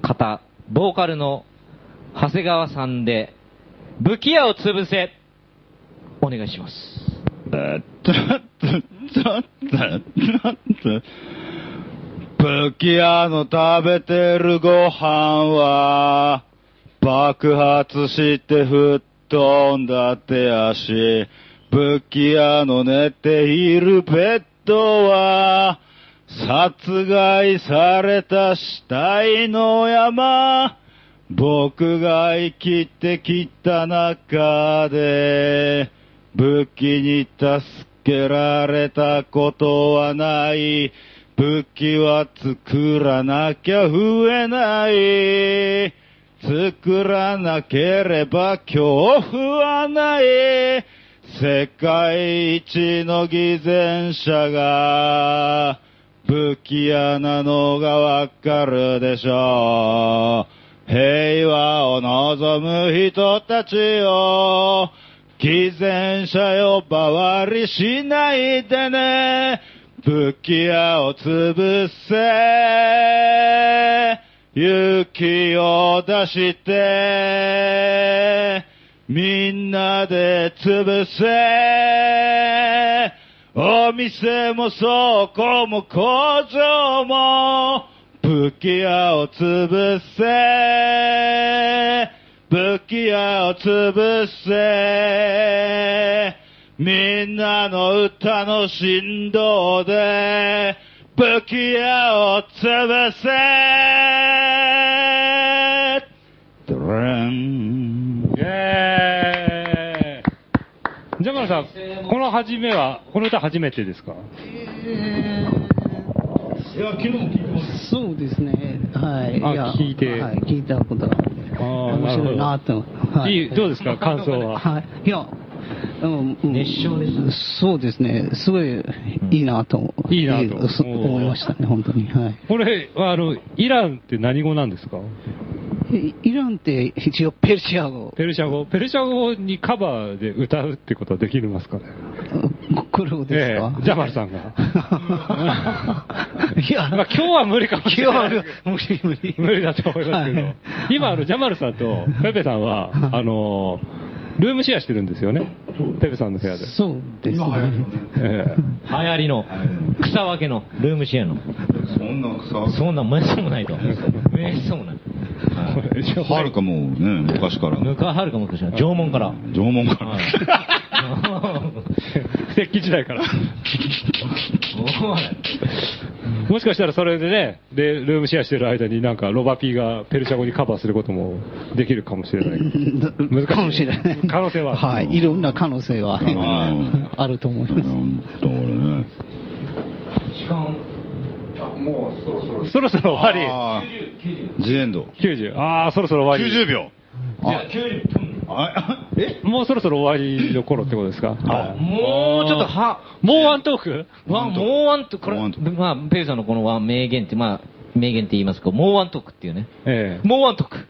方、ボーカルの長谷川さんで、武器屋を潰せ、お願いします。 武器屋の食べてるご飯は爆発して吹っ飛んだ手足武器屋の寝ているベッドは殺害された死体の山僕が生きてきた中で、武器に助けられたことはない。武器は作らなきゃ増えない。作らなければ恐怖はない。世界一の偽善者が、武器屋なのがわかるでしょう。平和を望む人たちを、偽善者呼ばわりしないでね。武器屋を潰せ。勇気を出して、みんなで潰せ。お店も倉庫も工場も、武器屋を潰せ。武器屋を潰せ。みんなの歌の振動で、武器屋を潰せ。ドランイェーイジャマルさん、この初めは、この歌初めてですかそうですね。はい。あいや聞いてはい、聞いたことがあって。あー面白いなって思って。はいいいどうですか感想ははい。いや、うん、熱唱です。そうですね。すごいいいなと思う。いいなとそう思いましたね、本当に。はい。これ、あの、イランって何語なんですかイイランって一応ペルシア語、ペルシャ語。ペルシャ語にカバーで歌うってことはできますかねこれをですか、ええジャマルさん が。いや、まあ今日は無理かもしれない。今日は無理無理 無理だと思いますけど。はい今、あの、ジャマルさんとペペさんは、あの、ルームシェアしてるんですよね。ペペさんの部屋で。そうですね。ええ流行りの、草分けの、ルームシェアの。そんなさ、そんなんめっそうもないと。めっそうもない。はるかもうね、昔から。向かはるかもしれない。縄文から。縄文から。石器時代から。もしかしたらそれでね、で、ルームシェアしてる間になんかロバピーがペルシャ語にカバーすることもできるかもしれない。 難しいかもしれない。可能性ははい。いろんな可能性はん あると思いほます。んと俺ね。そろそろ終わあージエンド。り。90。ああ、そろそろ終わり。 90秒。あ、90分。えもうそろそろ終わりの頃ってことですかもうちょっとは、もうワントークわもうワンと、これ、もうワントまあ、ペグさんのこのワン名言って、まあ、名言って言いますけど、もうワントークっていうね。ええ。もうワントークっ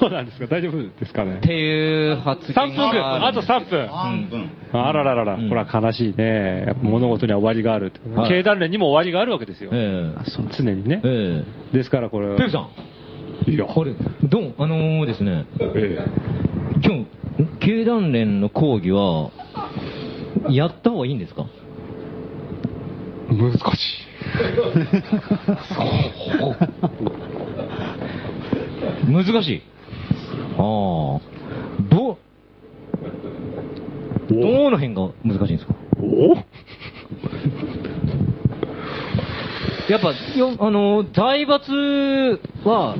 どうなんですか大丈夫ですかね ていう発言が。 3分あと3分。半分。あらららら、うんこれは悲しいね。やっぱ物事には終わりがあるって。はい経団連にも終わりがあるわけですよ。え常にねえ。。えですからこれえ。はペグさん。いや、これ、どうもあのーですね、え今日、経団連の講義は、やった方がいいんですかえ難しい。難しい。ああ。ど、どの辺が難しいんですかおやっぱ、よあのー、財閥は、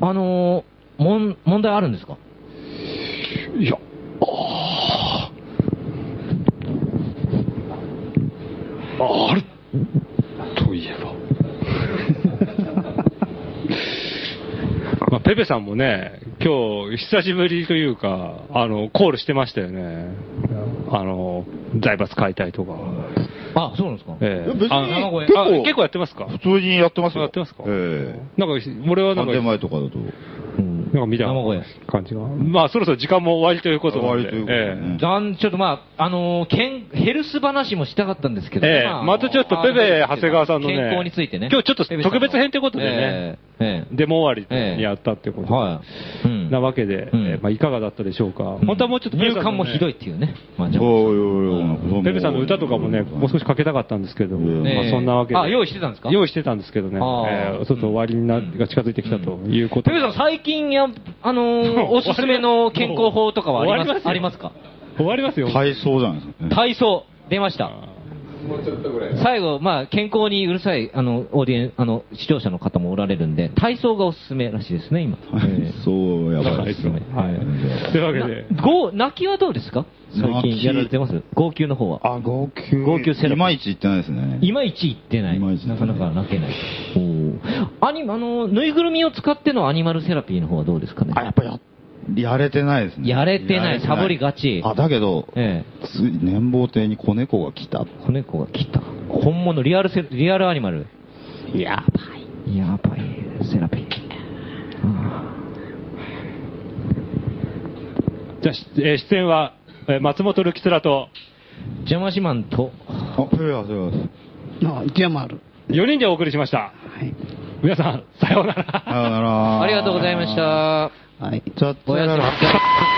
あのー、もん、問題あるんですかいや、ああ。ある、といえば。まあ、ペペさんもね、今日、久しぶりというか、あの、コールしてましたよね。あの、財閥解体とか。あ、そうなんですかええ別にあの結構あ結構やってますか普通にやってますよ。やってますかえなんか、俺えはな半んか、手なん前とかだと。か見た生声感じが。まあ、そろそろ時間も終わりということなんで。終わりとえいうことでえうん残ちょっとまあ、あのーけん、ヘルス話もしたかったんですけど、ええあまたちょっとペペ長谷川さんのね健康についてね。今日ちょっとペペさんの特別編ってことでね。えええデモ終わりにやったっていうことえではい。うんなわけで、うんえーまあ、いかがだったでしょうか、本当はもうちょっとペ入ペさ管んものねひどいっていうね。まあ、じゃあおいおいおいおいペペさんの歌とかもね、もう少しかけたかったんですけど、ええまえあ、そんなわけで。あ、用意してたんですか用意してたんですけどね、えああーちょっと終わりにな、うんが近づいてきたということペでペさん、最近や、あのーおすすめの健康法とかはあります終わありりまますすよか終わりますよ。体操じゃないですかね。体操、出ました。最後、まあ、健康にうるさい、あの、オーディエン、あの、視聴者の方もおられるんで、体操がおすすめらしいですね、今。体え操やばいですよ。はい。というわけで、えご、泣きはどうですか最近泣きやられてます号泣の方は。あ、号泣。号泣セラピーいまいち言ってないですね。いまいち言ってない。いまいちなかなか泣けない。おーアニあの、ぬいぐるみを使ってのアニマルセラピーの方はどうですかねあ、やっぱや、やれてないですね。やれてなやいサボりがちあ、だけど、ええ。つい年俸亭に子猫が来た。子猫が来た。本物、リアルセ、リアルアニマル。ややばい、セラピー。あじゃあ、しえー出演は、えー松本るきつらと、ー邪魔しマンと、あ、それはそれは。あ、ジャマル。 4人でお送りしました。はい。皆さん、さようなさよら。うなら。ありがとうございました。はい。ちょっとおやすみなさい。